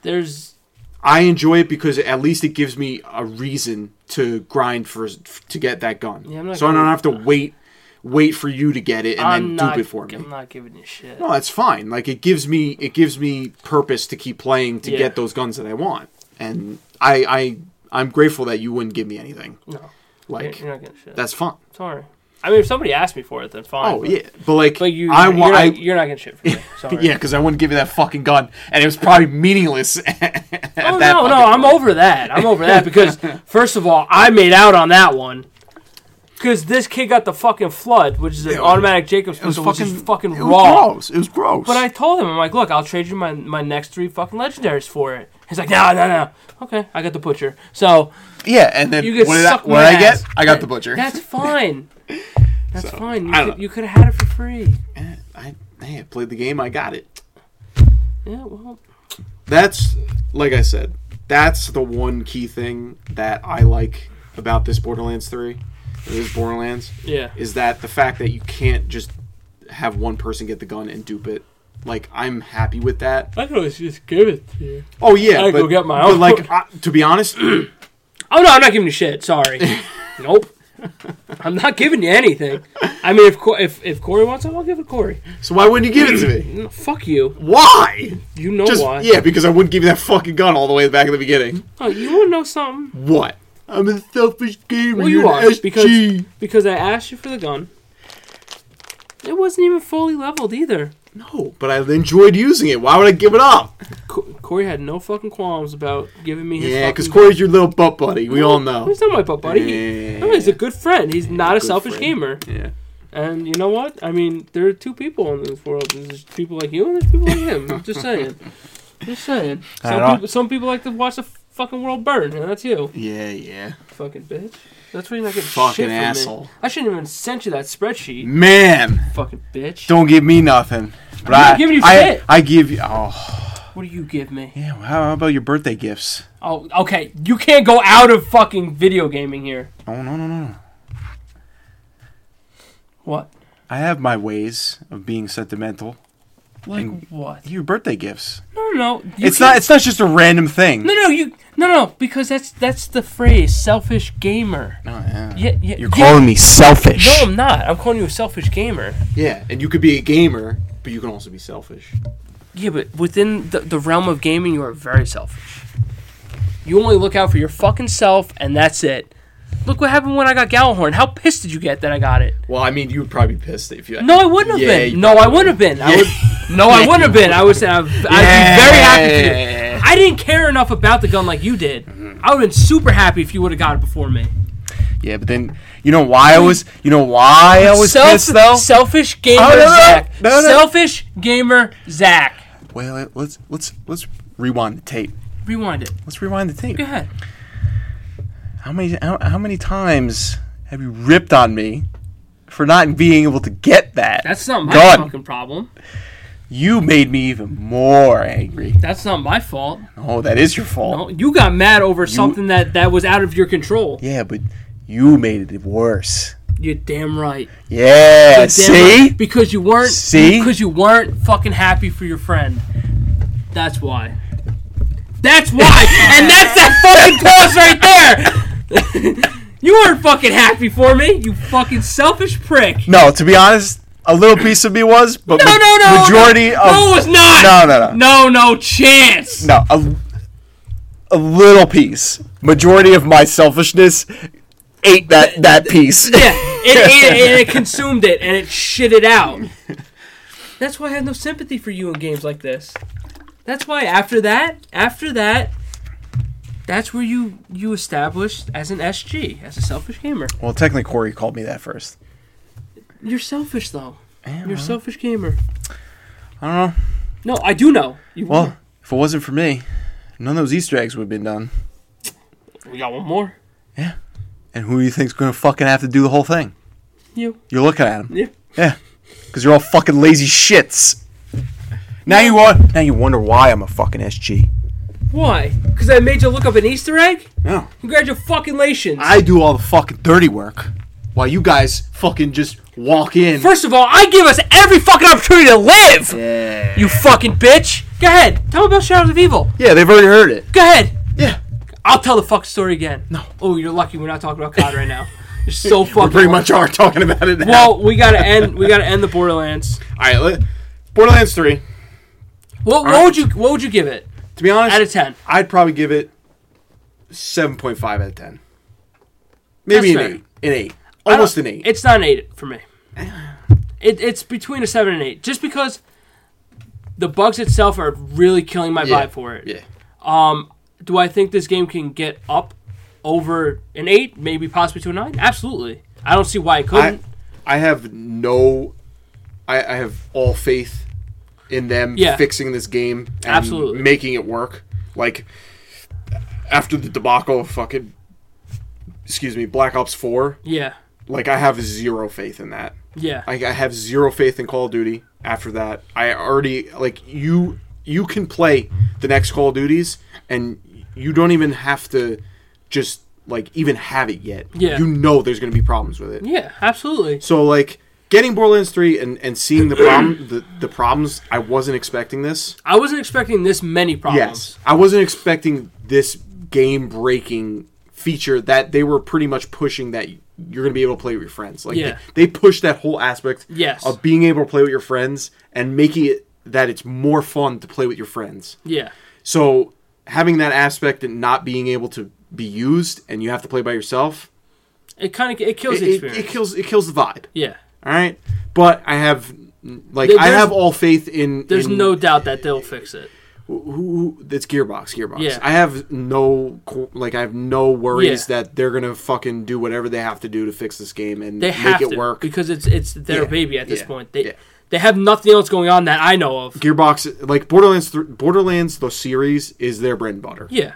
there's
i enjoy it because at least it gives me a reason to grind for to get that gun
Yeah, I'm not
so i don't
gonna-
have to wait wait for you to get it and
I'm
then
not.
dupe it for me
I'm not giving you shit.
no that's fine like it gives me it gives me purpose to keep playing to
Yeah.
get those guns that i want and i i i'm grateful that you wouldn't give me anything
No.
like
you're, you're not getting shit.
that's fine
sorry. I mean, if somebody asked me for it, then fine.
oh
but-
yeah but like
But you,
i
you're,
want
not,
i
you're not getting shit for me. Sorry.
yeah because i wouldn't give you that fucking gun and it was probably meaningless at
Oh
that
no, no,
fucking
I'm
point.
over that. I'm over that because first of all, I made out on that one. Because this kid got the fucking flood, which is an automatic Jacobs
it was
pistol,
fucking
which is fucking
it was
raw.
gross it was gross
But I told him, I'm like, look, I'll trade you my my next three fucking legendaries for it. He's like, no, no, no. Okay, I got the butcher. So
yeah and then
you get
what did, I,
sucked
what
my
did I
ass.
get i got the butcher
That's fine. That's
So,
fine. You
I
could,
don't-
you could have had it for free.
Eh, i hey i played the game i got it
Yeah, well,
that's like I said, that's the one key thing that I like about this Borderlands 3, or this Borderlands,
yeah.
is that the fact that you can't just have one person get the gun and dupe it. Like I'm happy with that.
I could always just give it to you.
Oh yeah,
I
but,
go get my
but
own.
like I, to be honest,
Oh no, I'm not giving you shit. Sorry. nope. I'm not giving you anything. I mean, if Co- if if Corey wants something, I'll give it to Corey.
so why wouldn't you give it to me?
No, fuck you.
Why?
You know
Just
why?
yeah, because I wouldn't give you that fucking gun all the way back at the beginning.
Oh, you want to know something?
What? I'm a selfish gamer.
Well, you
you're
are
an SG.
because because I asked you for the gun. It wasn't even fully leveled either.
no, but I enjoyed using it. Why would I give it up?
Co- Corey had no fucking qualms about giving me his.
Yeah,
fucking
because Corey's your little butt buddy. We all know.
He's not my butt buddy. He-
Yeah.
no, he's a good friend. He's not a
good
selfish
friend.
gamer.
Yeah.
And you know what? I mean, there are two people in this world. There's people like you and there's people like him. I'm just saying. Just saying.
I
Some
don't-
people, some people like to watch the fucking world burn, and that's you.
Yeah, yeah.
Fucking bitch. That's why you're not getting shit
Fucking
from
asshole.
me. I shouldn't even sent you that spreadsheet.
Man,
Fucking bitch.
don't give me nothing. But
not
I,
giving you
I,
shit.
I give you. Oh,
What do you give me?
yeah. well, How about your birthday gifts?
Oh, okay. You can't go out of fucking video gaming here.
Oh no no no. no.
What?
I have my ways of being sentimental.
Like
And-
what?
Your birthday gifts.
No, no, no. You
it's
can't-
not. It's not just a random thing.
No, no, you. No, no, because that's that's the phrase, selfish gamer.
No, Oh, yeah.
Yeah, yeah.
You're
yeah.
calling me selfish.
No, I'm not. I'm calling you a selfish gamer.
Yeah, and you could be a gamer, but you can also be selfish.
Yeah, but within the, the realm of gaming, you are very selfish. You only look out for your fucking self, and that's it. Look what happened when I got Galahorn. How pissed did you get that I got it?
Well, I mean, you would probably be pissed if you.
No, I wouldn't have
Yeah, you
been. No, I wouldn't have been. I
Yeah.
would. No, I wouldn't have been. I was. I'd, I'd be very happy for you.
Yeah.
I didn't care enough about the gun like you did.
Mm-hmm.
I would have been super happy if you would have got it before me.
Yeah, but then you know why I was. You know why I was
Self-
pissed though. Oh,
Selfish gamer
no, no.
Zach.
No, no.
Selfish gamer Zach.
Well, let's let's let's rewind the tape.
Rewind it.
Let's rewind the tape.
Go ahead.
How many how, how many times have you ripped on me for not being able to get that?
That's not my
gun?
fucking problem.
You made me even more angry.
That's not my fault.
Oh, that is your fault.
No, you got mad over something that that was out of your control.
Yeah, but you made it worse.
You're damn right.
Yeah,
You're damn
Uh, see?
right. Because you weren't.
See?
Because you weren't fucking happy for your friend. That's why. That's why, and that's that fucking pause right there. you weren't fucking happy for me. You fucking selfish prick.
No, to be honest, a little piece of me was, but
No,
ma-
no, no.
majority
no,
of
no, it's not.
No, no, no.
No, no chance.
no a, a little piece. Majority of my selfishness ate that that piece.
Yeah, it ate it and it consumed it and it shit it out. That's why I have no sympathy for you in games like this. That's why after that, after that, that's where you you established as an SG, as a selfish gamer.
Well, technically, Corey called me that first.
You're selfish though.
Yeah,
You're a selfish gamer.
I don't know.
No, I do know. You,
Well, if it wasn't for me, none of those Easter eggs would have been done.
we got one more.
And who do you think's going to fucking have to do the whole thing?
You.
You're looking at him.
Yeah.
Yeah, because you're all fucking lazy shits. Now you want. Now you wonder why I'm a fucking SG.
Why? Because I made you look up an Easter egg?
No,
Congratulations.
I do all the fucking dirty work, while you guys fucking just walk in.
First of all, I give us every fucking opportunity to live.
yeah.
You fucking bitch! Go ahead. Tell me about Shadows of Evil.
yeah, they've already heard it.
Go ahead.
Yeah.
I'll tell the fuck story again. No. Oh, you're lucky we're not talking about COD right now. You're so fucking.
Pretty much are talking about it now.
Well, we gotta end. We gotta end the Borderlands.
all right. Let, Borderlands Three.
What, what would you What would you give it
To be honest,
out of ten?
I'd probably give it seven point five out of ten. Maybe
That's
an
fair.
eight. An eight. Almost an eight.
It's not an eight for me. It, it's between a seven and eight, just because the bugs itself are really killing my
Yeah.
vibe for it.
Yeah.
Um, do I think this game can get up over an eight, maybe possibly to a nine? Absolutely. I don't see why it couldn't.
I, I have no, I, I have all faith in them
Yeah.
fixing this game and
Absolutely.
making it work. Like after the debacle of fucking, excuse me, Black Ops Four.
yeah.
Like I have zero faith in that.
Yeah.
I, I have zero faith in Call of Duty. After that, I already like you. You can play the next Call of Duties, and you don't even have to just like even have it yet.
Yeah.
You know there's going to be problems with it.
yeah, absolutely.
So like getting Borderlands three and, and seeing the problem the, the problems I wasn't expecting this.
I wasn't expecting this many problems.
Yes, I wasn't expecting this game breaking feature that they were pretty much pushing that you're gonna be able to play with your friends. Like
Yeah.
they, they pushed that whole aspect
Yes.
of being able to play with your friends and making it that it's more fun to play with your friends.
Yeah.
So having that aspect and not being able to be used and you have to play by yourself,
It kind of it kills
it,
the
it,
experience.
it kills it kills the vibe.
yeah.
All right, but I have like
There-
I
there's-
have all faith in.
There's
in
no doubt that they'll fix it.
who, who- it's Gearbox. Gearbox.
Yeah.
I have no co- like I have no worries
Yeah.
that they're gonna fucking do whatever they have to do to fix this game and
They
make
have
it
to
work.
because it's it's their
Yeah,
baby at this
yeah,
point. They
yeah.
they have nothing else going on that I know of.
Gearbox like Borderlands th- Borderlands the series is their bread and butter.
Yeah.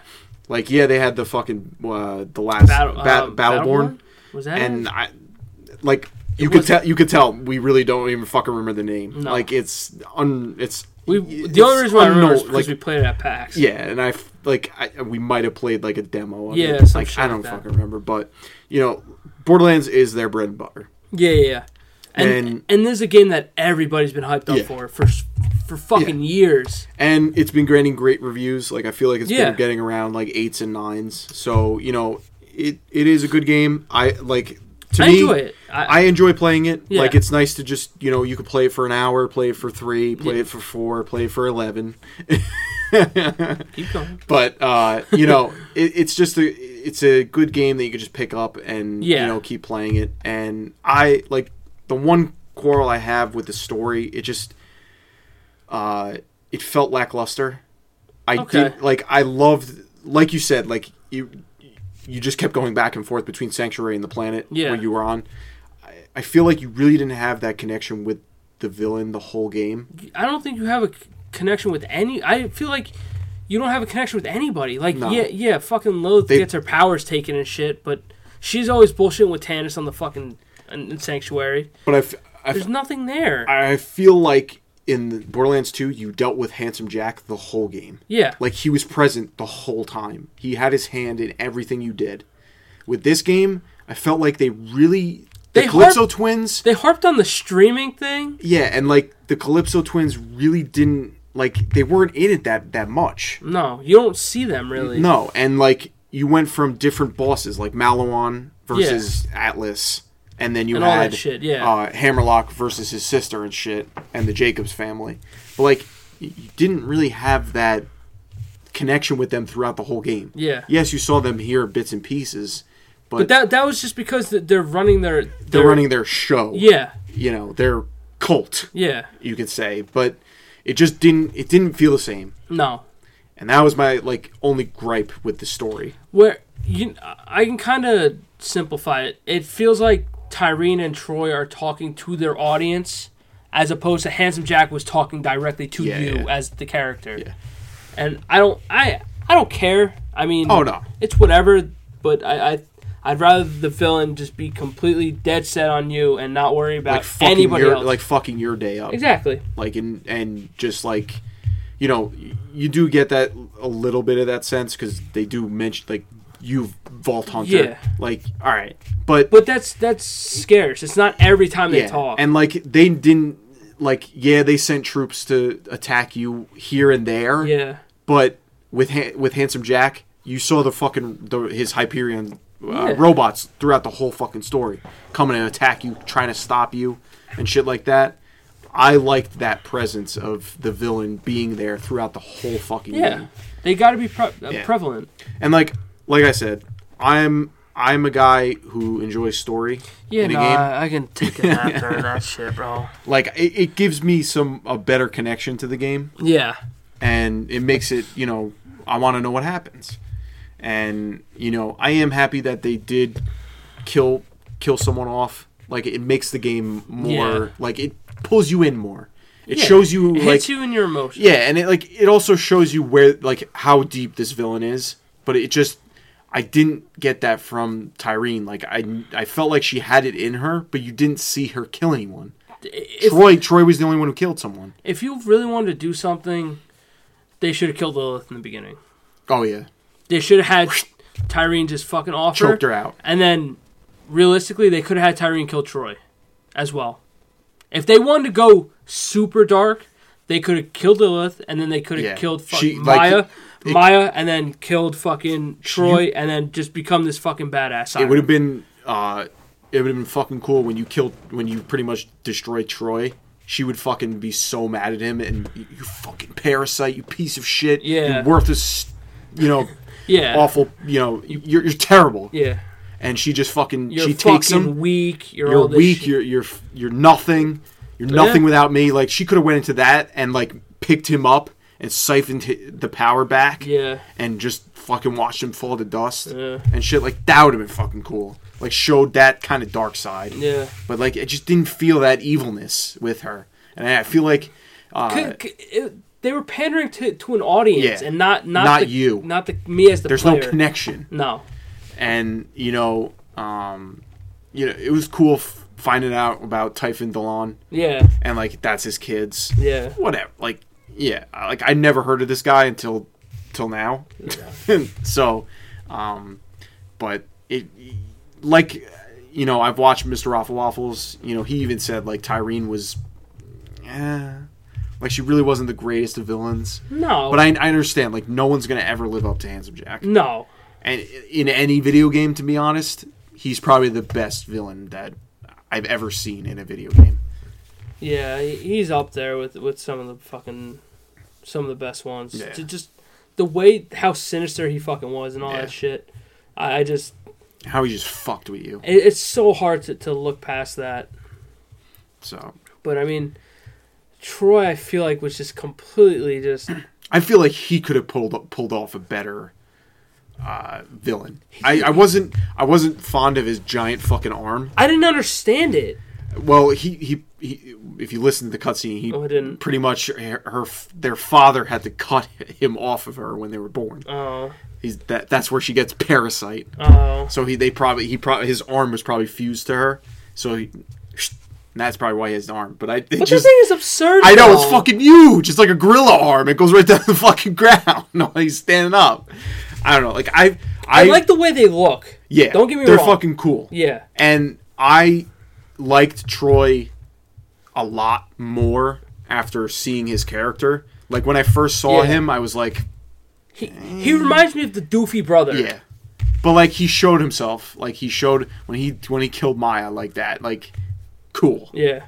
Like yeah, they had the fucking uh, the last
Battle
Ba-
uh,
Battleborn,
was that?
and
And
I like. You could
was-
tell. You could tell. We really don't even fucking remember the name.
No.
Like it's un. It's
we
it's
the only reason why I remember is
unknown-
because we played it at PAX.
Yeah, and I f- like I, we might have played like a demo of
Yeah,
it.
some
like
shit
I
like
don't
that.
fucking remember, but you know, Borderlands is their bread and butter.
Yeah, yeah, yeah. And, and
And-
this is a game that everybody's been hyped up
Yeah.
for for s- for fucking years.
And it's been getting great reviews. Like I feel like it's
Yeah.
been getting around like 8s and 9s. So, you know, it it is a good game. I like to
I
me
enjoy it. I,
I enjoy playing it.
Yeah.
Like it's nice to just, you know, you could play it for an hour, play it for 3, play it for 4, play it for 11.
keep going.
but uh, you know, it, it's just a it's a good game that you could just pick up and
Yeah.
you know keep playing it. And I like the one quarrel I have with the story. It just uh, it felt lackluster. I
Okay.
did like I loved like you said like you you just kept going back and forth between Sanctuary and the planet
Yeah.
where you were on. I, I feel like you really didn't have that connection with the villain the whole game.
I don't think you have a c- connection with any. I feel like you don't have a connection with anybody. Like,
No.
yeah, yeah, fucking Lilith
They-
gets her powers taken and shit, but she's always bullshitting with Tannis on the fucking in, in Sanctuary.
But I f- I f-
There's nothing there.
I feel like in the Borderlands 2, you dealt with Handsome Jack the whole game.
Yeah.
Like he was present the whole time. He had his hand in everything you did. With this game, I felt like they really the
They
Calypso
harp-
twins.
They harped on the streaming thing.
yeah, and like the Calypso twins really didn't like they weren't in it that that much.
No, you don't see them really.
No, and like you went from different bosses, like Malawon versus Atlas, and then you
And all
had
that shit, yeah.
uh, Hammerlock versus his sister and shit, and the Jacobs family. But like, y- you didn't really have that connection with them throughout the whole game.
Yeah.
Yes, you saw them here bits and pieces, but,
But that that was just because th- they're running their they're,
they're, running their show.
Yeah,
you know, their cult,
yeah.
you could say. But it just didn't. It didn't feel the same.
No,
And that was my like only gripe with the story.
where you I can kind of simplify it. It feels like Tyrene and Troy are talking to their audience, as opposed to Handsome Jack was talking directly to
Yeah,
you
yeah.
as the character.
Yeah.
And I don't I I don't care. I mean,
Oh no,
it's whatever. But I. I I'd rather the villain just be completely dead set on you and not worry about
like fucking
anybody
your
else.
like fucking your day up.
exactly.
Like and and just like you know, y- you do get that a little bit of that sense because they do mention like you Vault Hunter.
Yeah.
Like all right, but,
But that's that's scarce. It's not every time they
yeah,
talk.
and like they didn't like yeah they sent troops to attack you here and there.
yeah,
But with Han- with Handsome Jack, you saw the fucking the, his Hyperion. Uh,
Yeah.
robots throughout the whole fucking story coming to attack you trying to stop you and shit like that i liked that presence of the villain being there throughout the whole fucking
yeah.
game
They got to be pre- uh
Yeah.
prevalent.
and like like i said i'm i'm a guy who enjoys story
Yeah,
in a
no,
game
I, I can take a nap during that shit, bro.
like it, it gives me some a better connection to the game
Yeah,
and it makes it you know i want to know what happens and you know i am happy that they did kill kill someone off like it makes the game more
Yeah.
like it pulls you in more it
Yeah.
shows you
it
like
hits you in your emotions.
yeah and it like it also shows you where like how deep this villain is but it just i didn't get that from tyrene like i i felt like she had it in her but you didn't see her kill anyone
If,
troy troy was the only one who killed someone
if you really wanted to do something, they should have killed Lilith in the beginning.
oh yeah
They should have had Tyrene just fucking off
choked her out
and then realistically, they could have had Tyrene kill Troy as well. If they wanted to go super dark, they could have killed Lilith, and then they could have
Yeah.
killed fuck
She- like,
Maya,
it-
Maya, and then killed fucking Troy, and then just become this fucking badass.
It
Iron
would
Man.
have been uh, it would have been fucking cool when you killed when you pretty much destroyed Troy. She would fucking be so mad at him and you, you fucking parasite, you piece of shit.
Yeah.
you worthless, you know,
yeah,
awful. You know, you're, you're terrible.
yeah.
And she just fucking
You're
she
fucking
takes him.
weak. You're,
You're
all this
weak.
shit.
You're you're you're nothing. You're nothing
Yeah.
without me. Like she could have went into that and like picked him up and siphoned hi- the power back
yeah,
and just fucking watched him fall to dust
Yeah.
and shit like that would have been fucking cool. Like showed that kind of dark side.
yeah.
But like I just didn't feel that evilness with her, and I feel like uh,
Could- could- it- they were pandering to, to an audience
Yeah.
and not not,
Not
the-
you.
not the me as the
there's
player.
no connection,
No.
and you know, um, you know, it was cool f- finding out about Typhon Delon,
Yeah.
and like that's his kids.
Yeah.
whatever. Like, yeah, I- like I never heard of this guy until till now. so, um, but it like you know I've watched Mr. Waffle Waffles. You know he even said like Tyrene was, eh, like she really wasn't the greatest of villains.
No.
But I, I understand like no one's gonna ever live up to Handsome Jack.
no.
And in any video game, to be honest, he's probably the best villain that I've ever seen in a video game.
Yeah, he- he's up there with with some of the fucking some of the best ones.
Yeah.
Ju- Just the way how sinister he fucking was and all
Yeah.
that shit. I, I just
How he just fucked with you.
it, it's so hard to, to look past that.
So
But I mean, Troy, I feel like was just completely just
I feel like he could have pulled pulled off a better uh, villain. I, I wasn't I wasn't fond of his giant fucking arm.
I didn't understand it.
Well, he he, he if you listen to the cutscene, he
Oh, I didn't.
pretty much her, her their father had to cut him off of her when they were born.
Oh,
He's that that's where she gets parasite.
oh,
So he they probably he probably his arm was probably fused to her. So he And that's probably why he has the arm. But I it
But
just
this thing is absurd.
I know it's
though.
fucking huge. It's like a gorilla arm. It goes right down the fucking ground. No, he's standing up. I don't know. Like I, I,
I like the way they look.
Yeah,
Don't get me
they're
wrong.
They're fucking cool.
Yeah.
and I liked Troy a lot more after seeing his character. Like when I first saw
Yeah.
him, I was like,
He, he reminds me of the Doofy brother.
yeah. But like he showed himself, like he showed when he when he killed Maya like that, like cool.
Yeah.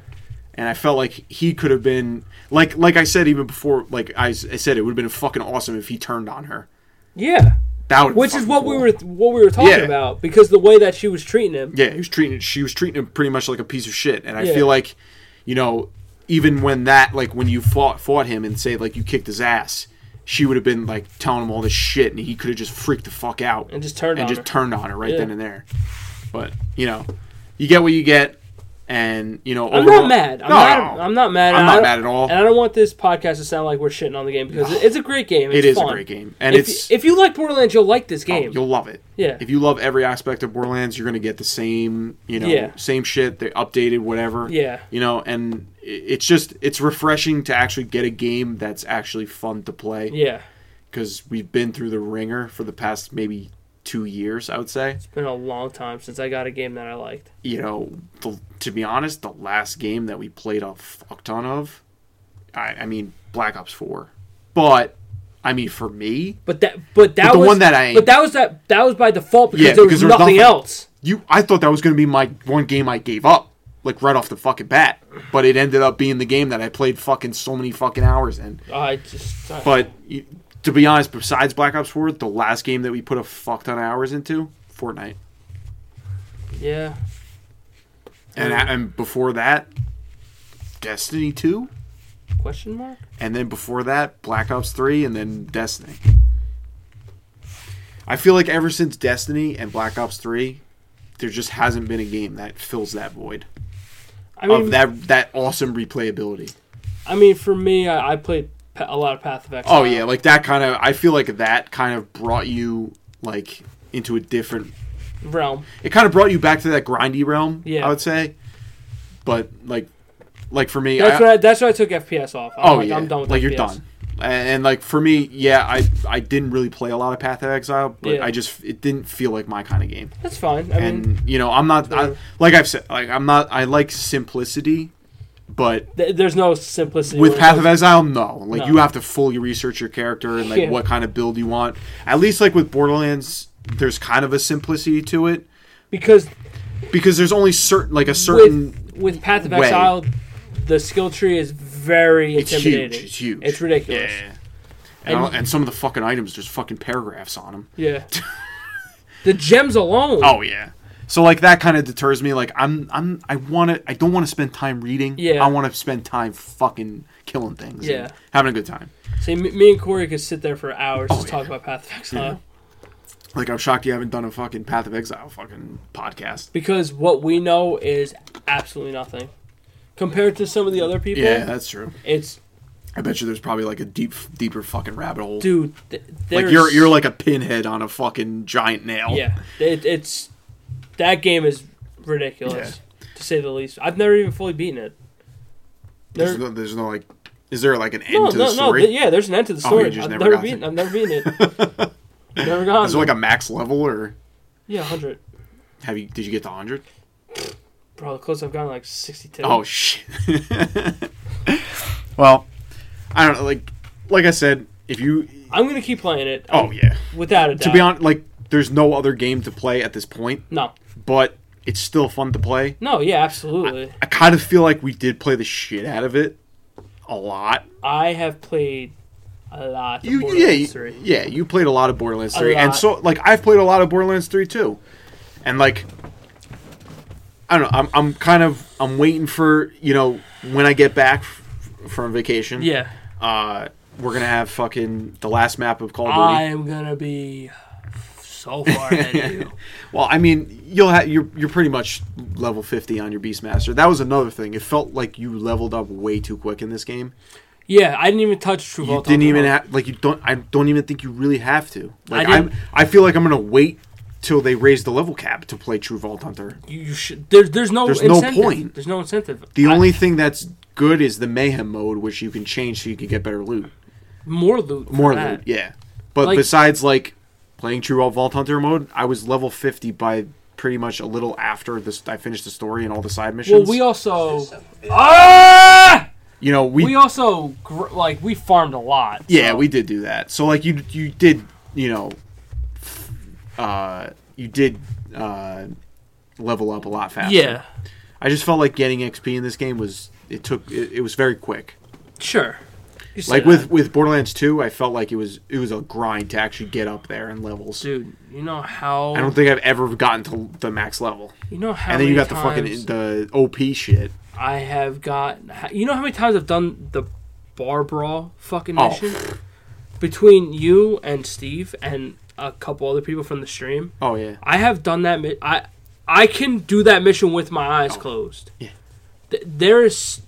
and I felt like he could have been like like I said even before like I, s- I said it would have been fucking awesome if he turned on her.
Yeah.
That would
Which is what we were what we were talking
Yeah.
about because the way that she was treating him.
yeah he was treating she was treating him pretty much like a piece of shit and I
Yeah.
feel like you know even when that like when you fought fought him and say like you kicked his ass she would have been like telling him all this shit and he could have just freaked the fuck out
And just turned
and
on
just
her.
turned on her right
Yeah.
then and there. But you know you get what you get. And you know,
I'm
overall-
not mad. I'm
No,
not. I'm not mad.
I'm
and
not
I don't-
mad at all.
And I don't want this podcast to sound like we're shitting on the game because it- it's a great game. It's
It is a
fun.
great game, and
if,
it's Oh,
if you like Borderlands, you'll like this game.
You'll love it.
Yeah.
If you love every aspect of Borderlands, you're going to get the same, you know,
Yeah.
same shit. They updated whatever.
Yeah.
You know, and i- it's just it's refreshing to actually get a game that's actually fun to play.
yeah,
Because we've been through the ringer for the past maybe two years, I would say.
it's been a long time since I got a game that I liked.
You know, the, to be honest, the last game that we played a fuck ton of, I, I mean, Black Ops Four, but I mean, for me,
But that, but that
But the
was
one that I-
But that was that. That was by default because
Yeah,
there was
because there was
nothing,
nothing.
else.
you I thought that was going to be my one game I gave up like right off the fucking bat, but it ended up being the game that I played fucking so many fucking hours in.
I just. I-
But you, to be honest, besides Black Ops 4, the last game that we put a fuck ton of hours into, Fortnite.
yeah.
And I- and before that, Destiny 2,
Question mark.
and then before that, Black Ops 3 and then Destiny. I feel like ever since Destiny and Black Ops 3, there just hasn't been a game that fills that void.
I mean,
of that that awesome replayability.
I mean, for me, I, I played pa- a lot of Path of Exile.
Oh yeah, like that kind of. I feel like that kind of brought you like into a different.
Realm.
It kind of brought you back to that grindy realm.
Yeah.
I would say. But like, like for me,
That's
I,
when I, that's when I took FPS off. I'm
oh
like,
yeah,
I'm done with
like
FPS.
you're done. And, and like for me, yeah, I I didn't really play a lot of Path of Exile, but
Yeah. Mm-hmm.
I just it didn't feel like my kind of game.
That's fine. I mean,
And you know, I'm not I, like I've said, like I'm not. I like simplicity, but
th- there's no simplicity
with
when it
Path
comes-
of Exile, no. Like
No.
you have to fully research your character and like
Yeah.
what kind of build you want. At least like with Borderlands, there's kind of a simplicity to it
because
because there's only certain like a certain
with with Path of
Mm, way.
Exile, the skill tree is very
it's huge.
intimidating.
It's huge.
It's ridiculous.
Yeah. And,
And-
I'll- and some of the fucking items, there's fucking paragraphs on them.
Yeah. the gems alone.
Oh yeah. So like that kind of deters me. Like I'm I'm I want to I don't want to spend time reading.
Yeah.
I want to spend time fucking killing things. and
Yeah.
having a good time.
See, m- me and Corey could sit there for hours just
Oh, yeah.
talking about Path of Exile
Like I'm shocked you haven't done a fucking Path of Exile fucking podcast.
because what we know is absolutely nothing compared to some of the other people.
Yeah, that's true.
It's
I bet you there's probably like a deep, deeper fucking rabbit hole.
dude. Th-
like
there's-
you're you're like a pinhead on a fucking giant nail.
yeah. It, it's that game is ridiculous to say the least. I've never even fully beaten it.
There's
There-
no, there's no like, is there like an end
No,
to
no,
the
no.
story?
th- yeah, there's an end to the
Oh, you
story.
just
I've
never
never
got
beaten.
to.
I've never beaten it. never gone.
Is there like a max level or
yeah, hundred.
have you? Did you get to hundred?
Bro, the close I've gotten like sixty-two.
Oh shit. well, I don't know. Like, like I said, if you,
I'm gonna keep playing it.
oh yeah.
without a doubt.
To be honest, like, there's no other game to play at this point,
no,
but it's still fun to play.
no, yeah, absolutely.
I kind of feel like we did play the shit out of it a lot.
I, have played a lot. Of
You, you- yeah,
Borderlands
you,
3.
yeah, you played a lot of Borderlands
A
3. And
lot.
so, like, I've played a lot of Borderlands 3 too. And, like, I don't know. I'm, I'm kind of, I'm waiting for, you know, when I get back f- from vacation.
yeah.
Uh, we're going to have fucking the last map of Call of
I
Duty.
am gonna be so far ahead of you.
Well, I mean, you'll have, you're, you're pretty much level 50 on your Beastmaster. That was another thing. It felt like you leveled up way too quick in this game.
Yeah, I didn't even touch True
you didn't even have like you don't I don't even think you really have to. Like I
didn't-
I feel like I'm gonna wait till they raise the level cap to play True Vault Hunter.
You, you should. There's there's no
There's no
incentive.
point.
There's no incentive.
The
I-
only thing that's good is the Mayhem mode, which you can change so you can get better loot,
more loot. for
more
that.
loot. Yeah, but
Like-
besides like playing True Vault Hunter mode, I was level fifty by pretty much a little after this. I finished the story and all the side
Well,
missions.
we also ah,
you know, we,
we also gr- like we farmed a lot.
yeah,
so-
we did do that. So like you you did you know, uh, you did uh, level up a lot faster.
yeah
I just felt like getting XP in this game was it took it, it was very quick.
sure. You said
Like
that.
with with Borderlands 2, I felt like it was it was a grind to actually get up there in levels.
dude, you know how
I don't think I've ever gotten to the max level.
you know how
And then you
many
got the fucking
times
the OP shit.
I have got you know how many times I've done the bar brawl fucking
Oh.
mission between you and Steve and a couple other people from the stream.
Oh yeah.
I have done that. Mi- I I can do that mission with my eyes closed.
Oh. Yeah.
Th- there is,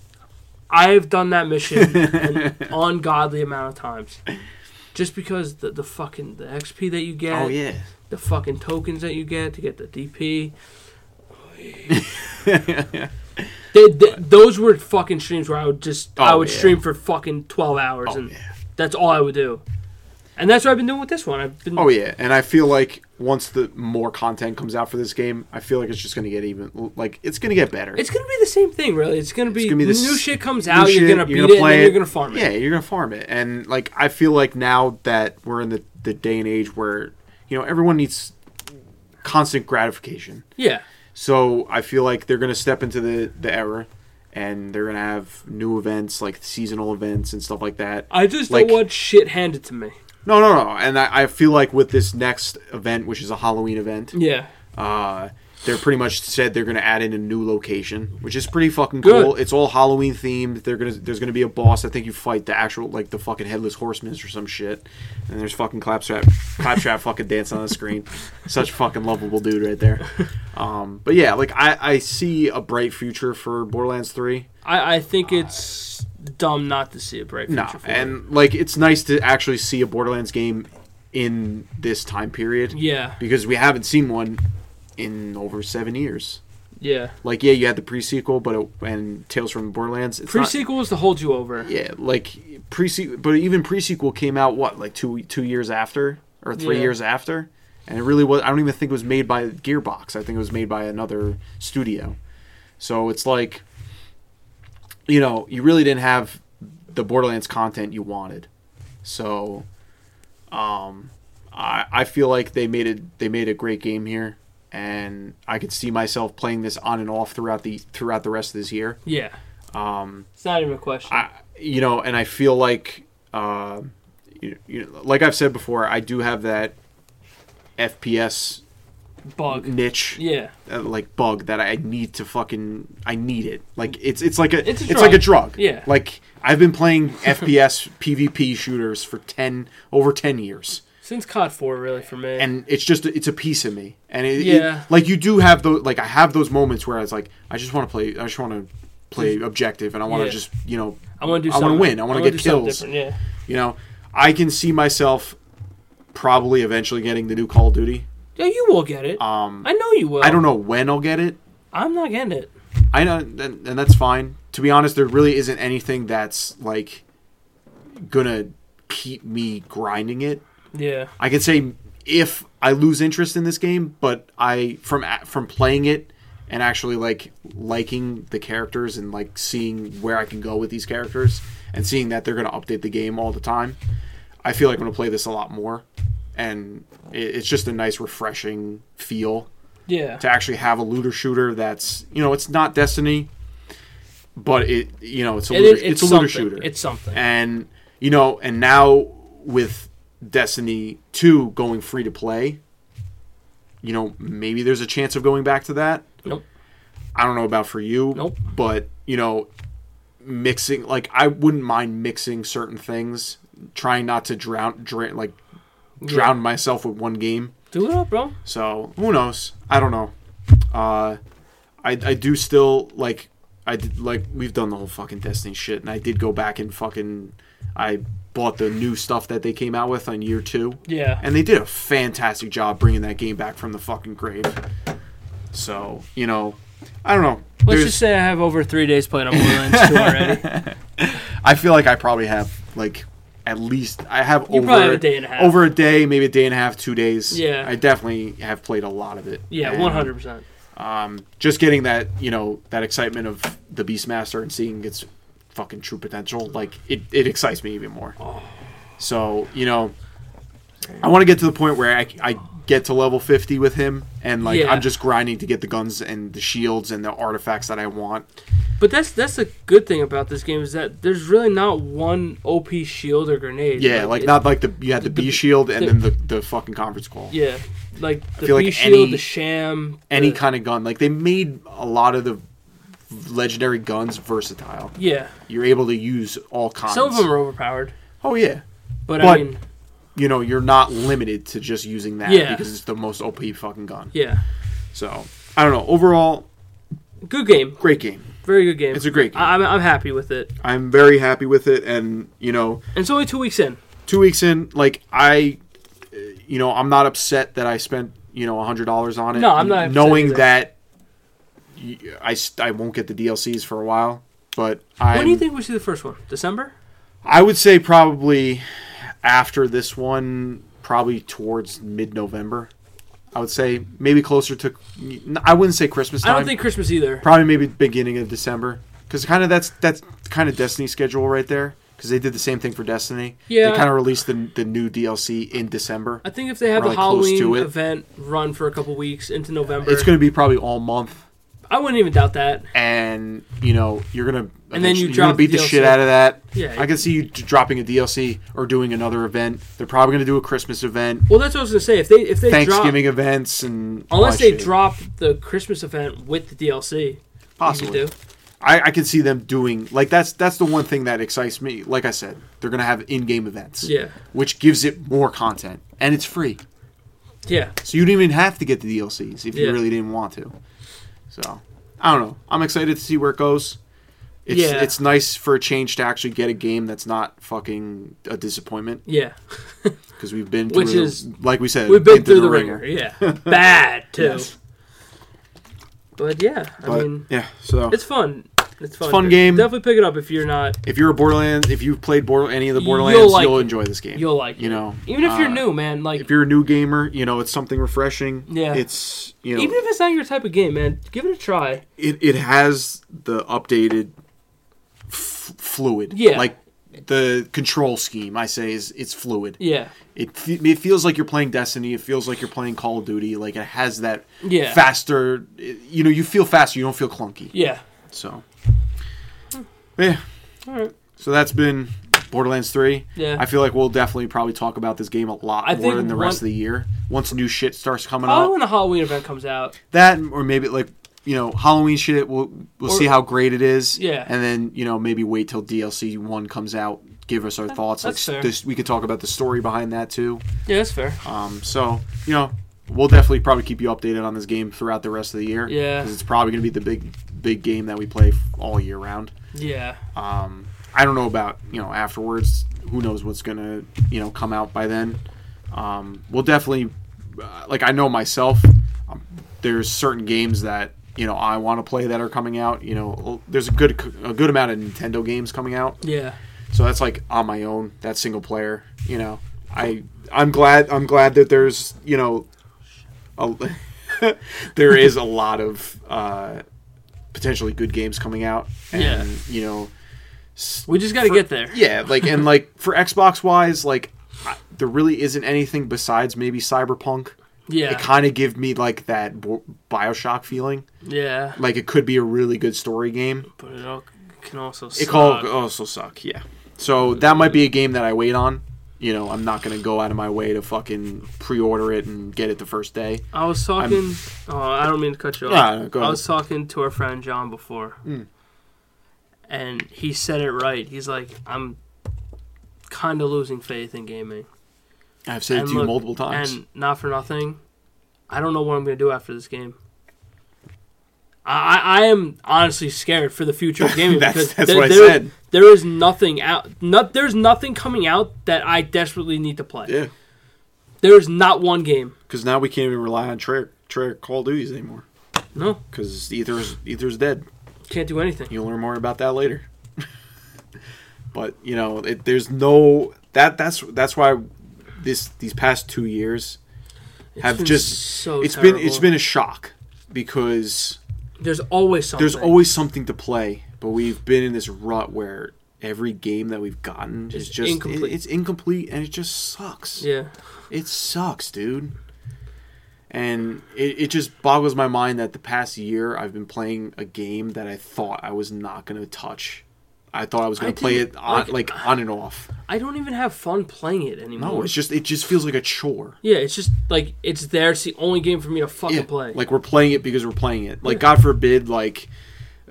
I have done that mission an ungodly amount of times, just because the the fucking the XP that you get,
Oh yeah.
the fucking tokens that you get to get the DP. They- they- those were fucking streams where I would just I
Oh,
would
yeah.
stream for fucking twelve hours
Oh
and
yeah.
that's all I would do, and that's what I've been doing with this one. I've been
Oh yeah. And I feel like once the more content comes out for this game, I feel like it's just going to get even like it's going to get better.
It's gonna be the same thing, really. It's gonna be,
gonna be
new
this
shit comes
new
out. you're
shit,
gonna beat it, and then you're gonna farm it.
Yeah, you're gonna farm it. And like I feel like now that we're in the, the day and age where, you know, everyone needs constant gratification.
Yeah,
So I feel like they're gonna step into the, the era and they're gonna have new events like seasonal events and stuff like that.
I just
Like-
don't want shit handed to me.
No, no, no. And I, I feel like with this next event, which is a Halloween event,
Yeah,
uh, they're pretty much said they're going to add in a new location, which is pretty fucking
Good.
cool. It's all Halloween themed. They're gonna there's gonna be a boss. I think you fight the actual like the fucking headless horseman or some shit. And there's fucking claptrap, claptrap fucking dancing on the screen. Such fucking lovable dude right there. Um, but yeah, like I I see a bright future for Borderlands Three.
I, I think it's dumb not to see a break.
No,
feature for it.
and like it's nice to actually see a Borderlands game in this time period
yeah,
because we haven't seen one in over seven years.
yeah.
like yeah, you had the prequel, but it, and Tales from Borderlands. It's
Pre
not-
sequel is to hold you over.
yeah, like prequel, but even prequel came out what like two two years after or three
Yeah.
years after, and it really was. I don't even think it was made by Gearbox. I think it was made by another studio. So it's like, you know, you really didn't have the Borderlands content you wanted. So, um, I I feel like they made it. They made a great game here. And I could see myself playing this on and off throughout the throughout the rest of this year.
Yeah,
Um,
it's not even a question.
I, you know, and I feel like, uh, you, you know, like I've said before, I do have that FPS
Bug.
niche,
Yeah,
uh, like bug that I need to fucking, I need it. Like it's it's like a
It's
it's,
a
like a
drug.
drug.
Yeah.
Like I've been playing FPS PvP shooters for ten over ten years,
since COD four really for me.
and it's just it's a piece of me. And it, it-
Yeah.
like you do have those, like I have those moments where it's like I just want to play, I just want to play objective, and I want to
Yeah.
just you know,
I want to do.
I want to
something-
win, I want to
wanna
get
do something
kills.
different,
You know, I can see myself probably eventually getting the new Call of Duty.
Yeah, yeah. You will get it.
Um,
I know you will.
I don't know when I'll get it.
I'm not getting it.
I know, and, and that's fine. To be honest, there really isn't anything that's like gonna keep me grinding it.
Yeah,
I can say if I lose interest in this game, but I from a- from playing it and actually like liking the characters and like seeing where I can go with these characters and seeing that they're going to update the game all the time, I feel like I'm going to play this a lot more, and it, it's just a nice refreshing feel
yeah.
to actually have a looter shooter that's you know it's not Destiny, but it you know it's a
It
looter,
is-
it's,
it's
a looter
something.
shooter
It's something.
and you know and now with destiny 2 going free to play you know maybe there's a chance of going back to that
Nope.
i don't know about for you
Nope.
but you know mixing like i wouldn't mind mixing certain things trying not to drown dra- like drown myself with one game
Do it up, bro.
so who knows? I don't know. Uh, I I do still like I did like we've done the whole fucking Destiny shit, and I did go back and fucking I bought the new stuff that they came out with on year two,
Yeah.
and they did a fantastic job bringing that game back from the fucking grave. So you know, I don't know.
Let's
There's-
just say I have over three days playing on Borderlands 2 already.
I feel like I probably have like at least I have
You
over
probably have a day and a half.
over a day, maybe a day and a half, two days.
Yeah.
I definitely have played a lot of it.
Yeah,
And,
one hundred percent.
Um, just getting that you know that excitement of the Beastmaster and seeing its fucking true potential, like it, it excites me even more. So you know, I want to get to the point where I, I get to level fifty with him, and like
Yeah.
I'm just grinding to get the guns and the shields and the artifacts that I want.
But that's that's the good thing about this game is that there's really not one OP shield or grenade.
Yeah, like
it-
not like the you had the,
the-
B shield and
the-
then the the fucking conference call.
Yeah, like the B
feel like
shield,
any-
the sham,
any
the-
kind of gun. Like they made a lot of the legendary guns versatile.
Yeah,
You're able to use all kinds.
some of them are overpowered,
Oh yeah.
but, I
But-
mean,
You know, you're not limited to just using that
Yeah.
because it's the most OP fucking gun.
yeah,
So I don't know. Overall,
good game,
great game.
very good game.
It's a great game.
I, I'm I'm happy with it.
I'm very happy with it, and you know,
And it's only two weeks in.
two weeks in, like I, uh, you know, I'm not upset that I spent you know a hundred dollars on it.
No, I'm not upset
Knowing
either.
that y- I, st- I won't get the DLCs for a while, but I.
When do you think we see the first one? December?
I would say probably after this one, probably towards mid-November. I would say maybe closer to. I wouldn't say Christmas
I
time.
don't think Christmas either.
probably maybe beginning of December because kind of that's that's kind of Destiny schedule right there because they did the same thing for Destiny.
Yeah.
they kind of released the the new DLC in December.
I think if they have the
Probably close to
Halloween
it.
event run for a couple weeks into November,
It's going to be probably all month,
I wouldn't even doubt that.
and you know you're gonna
And then
eventually-
you
you're
drop
gonna beat
the
the, shit
DLC.
out of that.
Yeah.
I can see you d- dropping a DLC or doing another event. They're probably going to do a Christmas event.
Well, that's what I was gonna say. If they if they drop
Thanksgiving events and all
Unless
that
they
shit.
drop the Christmas event with the DLC. you
Possibly.
could do.
I, I can see them doing like that's that's the one thing that excites me. Like I said, they're gonna have in-game events,
Yeah.
which gives it more content and it's free,
Yeah.
so you don't even have to get the DLCs if
Yeah.
you really didn't want to. So I don't know. I'm excited to see where it goes. It's
Yeah.
it's nice for a change to actually get a game that's not fucking a disappointment
Yeah.
because we've been through,
Which is-
like we said
We've been through the, ringer. Yeah. Bad too.
Yes.
But yeah, I
But
mean
yeah, so
it's fun. It's fun.
fun
dude.
game.
Definitely pick it up if you're not
if you're a Borderlands, if you've played Border, any of the
You'll
Borderlands, you'll,
like it.
enjoy this game.
you'll like
you
it.
know,
Even if you're
uh,
new, man, like
if you're a new gamer, you know it's something refreshing.
Yeah.
it's you know
even if it's not your type of game, man, give it a try.
it, it has the updated f- fluid.
Yeah.
like the control scheme. I say is it's fluid.
Yeah.
It fe- it feels like you're playing Destiny. It feels like you're playing Call of Duty. Like it has that
Yeah.
faster. You know, you feel faster. You don't feel clunky.
Yeah.
So yeah,
Alright.
so that's been. Borderlands 3.
Yeah.
I feel like we'll definitely probably talk about this game a lot
I
more
think
in the
one-
rest of the year once new shit starts coming out.
Probably when the Halloween event comes out.
that or maybe like you know Halloween shit. We'll we'll
Or-
see how great it is.
Yeah.
and then you know maybe wait till DLC one comes out. Give us our thoughts.
that's
like
fair.
This, we could talk about the story behind that too.
Yeah, that's fair.
Um, so you know we'll definitely probably keep you updated on this game throughout the rest of the year.
Yeah.
'Cause it's probably gonna be the big big game that we play f- all year round.
Yeah.
Um, I don't know about you know afterwards. Who knows what's gonna you know come out by then? Um, we'll definitely uh, like I know myself. Um, there's certain games that you know I want to play that are coming out. You know, there's a good a good amount of Nintendo games coming out.
Yeah.
So that's like on my own. That's single player. You know, I I'm glad I'm glad that there's you know, a, there is a lot of uh, potentially good games coming out. And,
Yeah.
You know.
We just gotta
For-
get there.
Yeah, like and like for Xbox wise, like I, there really isn't anything besides maybe Cyberpunk.
Yeah.
It kind of give me like that Bo- BioShock feeling.
yeah.
Like it could be a really good story game.
But it all can also
It call
suck.
also suck. Yeah. So that might be a game that I wait on. You know, I'm not gonna go out of my way to fucking pre-order it and get it the first day.
I was talking. Oh, I don't mean to cut you off.
Nah, go
I
ahead. Hmm.
was talking to our friend John before, and he said it right. He's like, "I'm kind of losing faith in gaming."
I've said it
And
to you
look,
multiple times.
And not for nothing, I don't know what I'm going to do after this game. I, I am honestly scared for the future of gaming
That's-
because
that's
there,
what I
there-
said.
there is nothing out. Not, there's nothing coming out that I desperately need to play.
Yeah,
There is not one game.
because now we can't even rely on Treyarch, Treyarch Call of Duties anymore.
No,
Because Ether's Ether's dead.
can't do anything.
You'll learn more about that later. but you know, it, there's no that. That's that's why this these past two years have
been
just
so
it's been it's
terrible.
been a shock because
There's always something.
there's always something to play, but we've been in this rut where every game that we've gotten is
It's
just
incomplete.
it- it's incomplete and it just sucks.
yeah.
It sucks, dude. And it, it just boggles my mind that the past year I've been playing a game that I thought I was not going to touch. I thought I was going
I
to play
didn't-
it on
like- oh.
like, on and off.
I don't even have fun playing it anymore.
No, it's just it just feels like a chore.
yeah, it's just like it's there. It's the only game for me to fucking play.
Like we're playing it because we're playing it. Like God forbid, like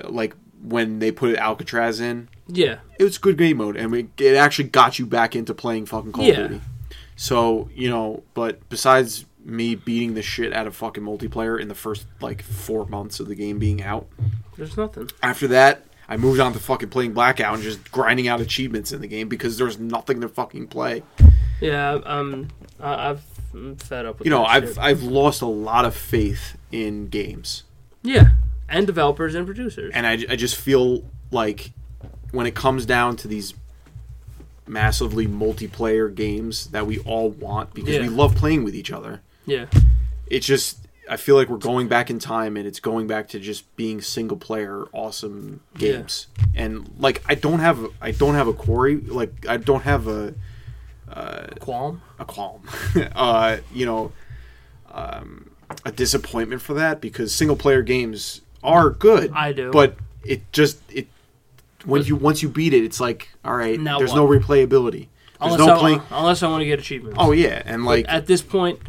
like when they put Alcatraz in,
yeah,
it was good game mode, and we, it actually got you back into playing fucking Call
Yeah.
of Duty. So you know, but besides me beating the shit out of fucking multiplayer in the first like four months of the game being out,
there's nothing.
after that I moved on to fucking playing Blackout and just grinding out achievements in the game because there's nothing to fucking play.
Yeah, um, I, I've I'm fed up with.
You know,
that
I've
shit.
I've lost a lot of faith in games.
yeah, and developers and producers.
and I, I just feel like when it comes down to these massively multiplayer games that we all want because
Yeah.
we love playing with each other
yeah,
it's just i feel like we're going back in time and it's going back to just being single player awesome
Yeah.
games and like i don't have i don't have a quarry like i don't have a
qualm.
a qualm, uh, you know, um, a disappointment for that because single player games are good.
I do.
but it just it when you once you beat it, it's like all right,
Now
there's
what?
no replayability. There's
Unless, uh,
no
I,
playing.
unless I want to get achievements.
Oh yeah, and like
at this point,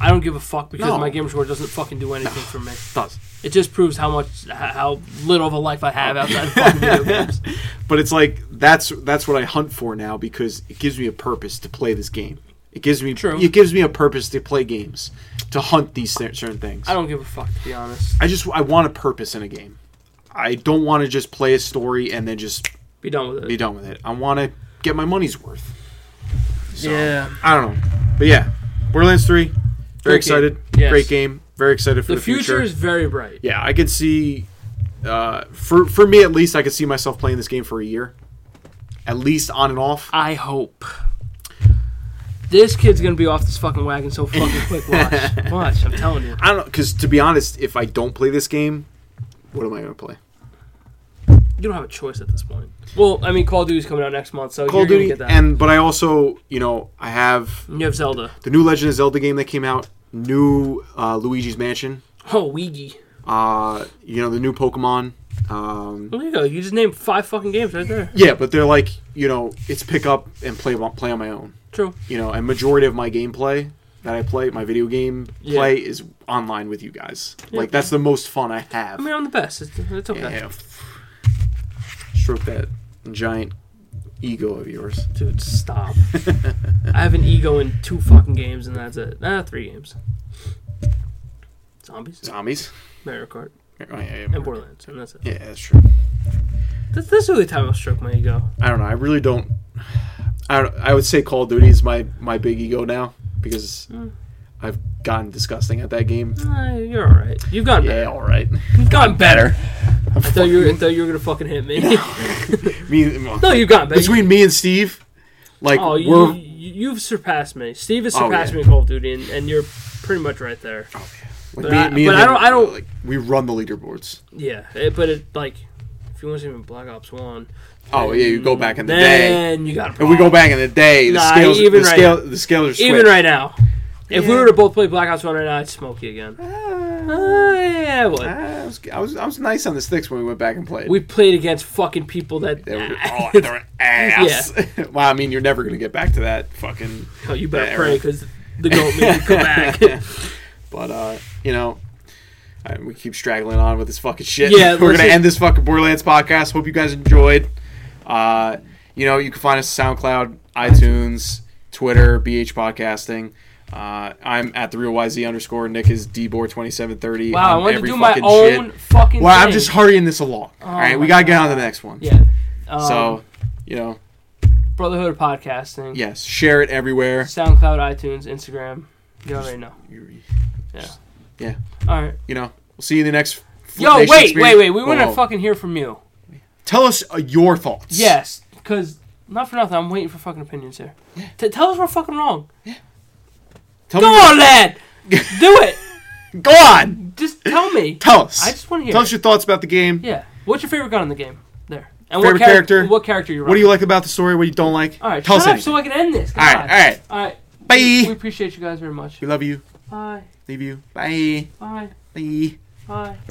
I don't give a fuck because
No.
my game score doesn't fucking do anything for me.
does.
It just proves how much h- how little of a life I
Oh.
have outside of fucking video games.
But it's like that's that's what I hunt for now because it gives me a purpose to play this game. It gives me
True.
it gives me a purpose to play games, to hunt these cer- certain things.
I don't give a fuck to be honest.
I just I want a purpose in a game. I don't want to just play a story and then just
Be done with it.
be done with it. I want to get my money's worth. So,
Yeah.
I don't know, but yeah, Borderlands Three, very
Great
excited.
game. Yes.
Great game. Very excited for
The,
the,
future, is very bright.
yeah, I can see. Uh, for for me at least, I could see myself playing this game for a year, at least on and off.
I hope. This kid's gonna be off this fucking wagon so fucking quick. Watch, watch. I'm telling you.
I don't know, because to be honest, if I don't play this game, what am I gonna play?
You don't have a choice at this point. Well, I mean, Call of Duty's coming out next month, so
Call
you're
of Duty,
gonna get that.
and but I also, you know, I have
And you have Zelda.
the new Legend of Zelda game that came out, new uh, Luigi's Mansion,
Oh, Ouija.
uh, you know, the new Pokemon. Um,
Well, there you go. You just named five fucking games right there.
Yeah, but they're like you know, it's pick up and play on- play on my own.
True.
You know, and majority of my gameplay that I play, my video game
Yeah.
play is online with you guys. Like that's the most fun I have.
I mean, I'm the best. It's, it's okay.
yeah. Stroke that giant ego of yours.
Dude, stop. I have an ego in two fucking games, and that's it. Ah, three games. Zombies,
Zombies.
Mario Kart,
Oh, yeah,
and
yeah.
Borderlands, and that's it.
yeah, that's true.
That's, that's the only time I'll stroke my ego.
I don't know. I really don't. I don't, I would say Call of Duty is my my big ego now because
Hmm.
I've gotten disgusting at that game.
Ah, you're all right. You've gotten
Yeah,
better.
all right.
You've gotten better. I thought you were, I thought you were gonna fucking hit me.
Me,
no, you've gotten better.
between me and Steve, like
oh,
we're
you, you, you've surpassed me. Steve has
Oh,
surpassed
yeah.
me in Call of Duty, and, and you're pretty much right there.
like,
but
me,
I-
me
but
and
I
him,
don't- I don't-
like we run the leaderboards.
Yeah, it, but it like, if you want to even Black Ops One,
Oh yeah, you go back in the day.
then you got. a
If we go
problem.
back in the day, the
Nah,
scales,
even
the,
right
scale, the scales are switched.
Even right now, if we
Yeah. Ah,
were to both play Black Ops One right now, I'd smoke you again. Uh, yeah, I would.
I was, I was I was nice on the sticks when we went back and played.
we played against fucking people that.
they were, oh, they were ass. well, I mean, you're never gonna get back to that fucking.
Oh, you better
Yeah,
pray
right.
because the goat made you come back.
But uh, you know. I, we keep straggling on with this fucking shit.
Yeah,
we're gonna
listen-
end this fucking Borderlands podcast. Hope you guys enjoyed. Uh, you know, you can find us on SoundCloud, iTunes, Twitter, BH Podcasting. Uh, I'm at the real YZ underscore. Nick is dbor2730.
Wow,
on
I want to
every
do my
fucking shit.
own fucking.
Well, I'm
thing. Oh
just hurrying this along. All right, we
my
gotta get on to the next one.
yeah. Um,
so, you know,
Brotherhood of Podcasting,
yes, share it everywhere.
SoundCloud, iTunes, Instagram. You already know.
You,
Yeah.
yeah.
All right.
you know, we'll see you in the next. Flip
Yo,
Nation
wait,
experience.
wait, wait. We
Whoa,
want to
whoa.
fucking hear from you.
Tell us uh, your thoughts.
Yes, because not for nothing, I'm waiting for fucking opinions here. T- tell us we're fucking wrong.
Tell
Go
me-
on, lad. Do it.
Go on.
Just tell me.
Tell us.
I just want to hear.
Tell
it.
us your thoughts about the game.
Yeah. What's your favorite gun in the game? There. And
Favorite
what charac-
character?
What character you?
What do you like about the story? What you don't like?
All right.
Tell
shut up
us
so
anything.
I can end this.
all right, all right.
All right.
Bye.
We appreciate you guys very much.
We love you.
Bye.
Leave you. Bye.
Bye.
Bye.
Bye.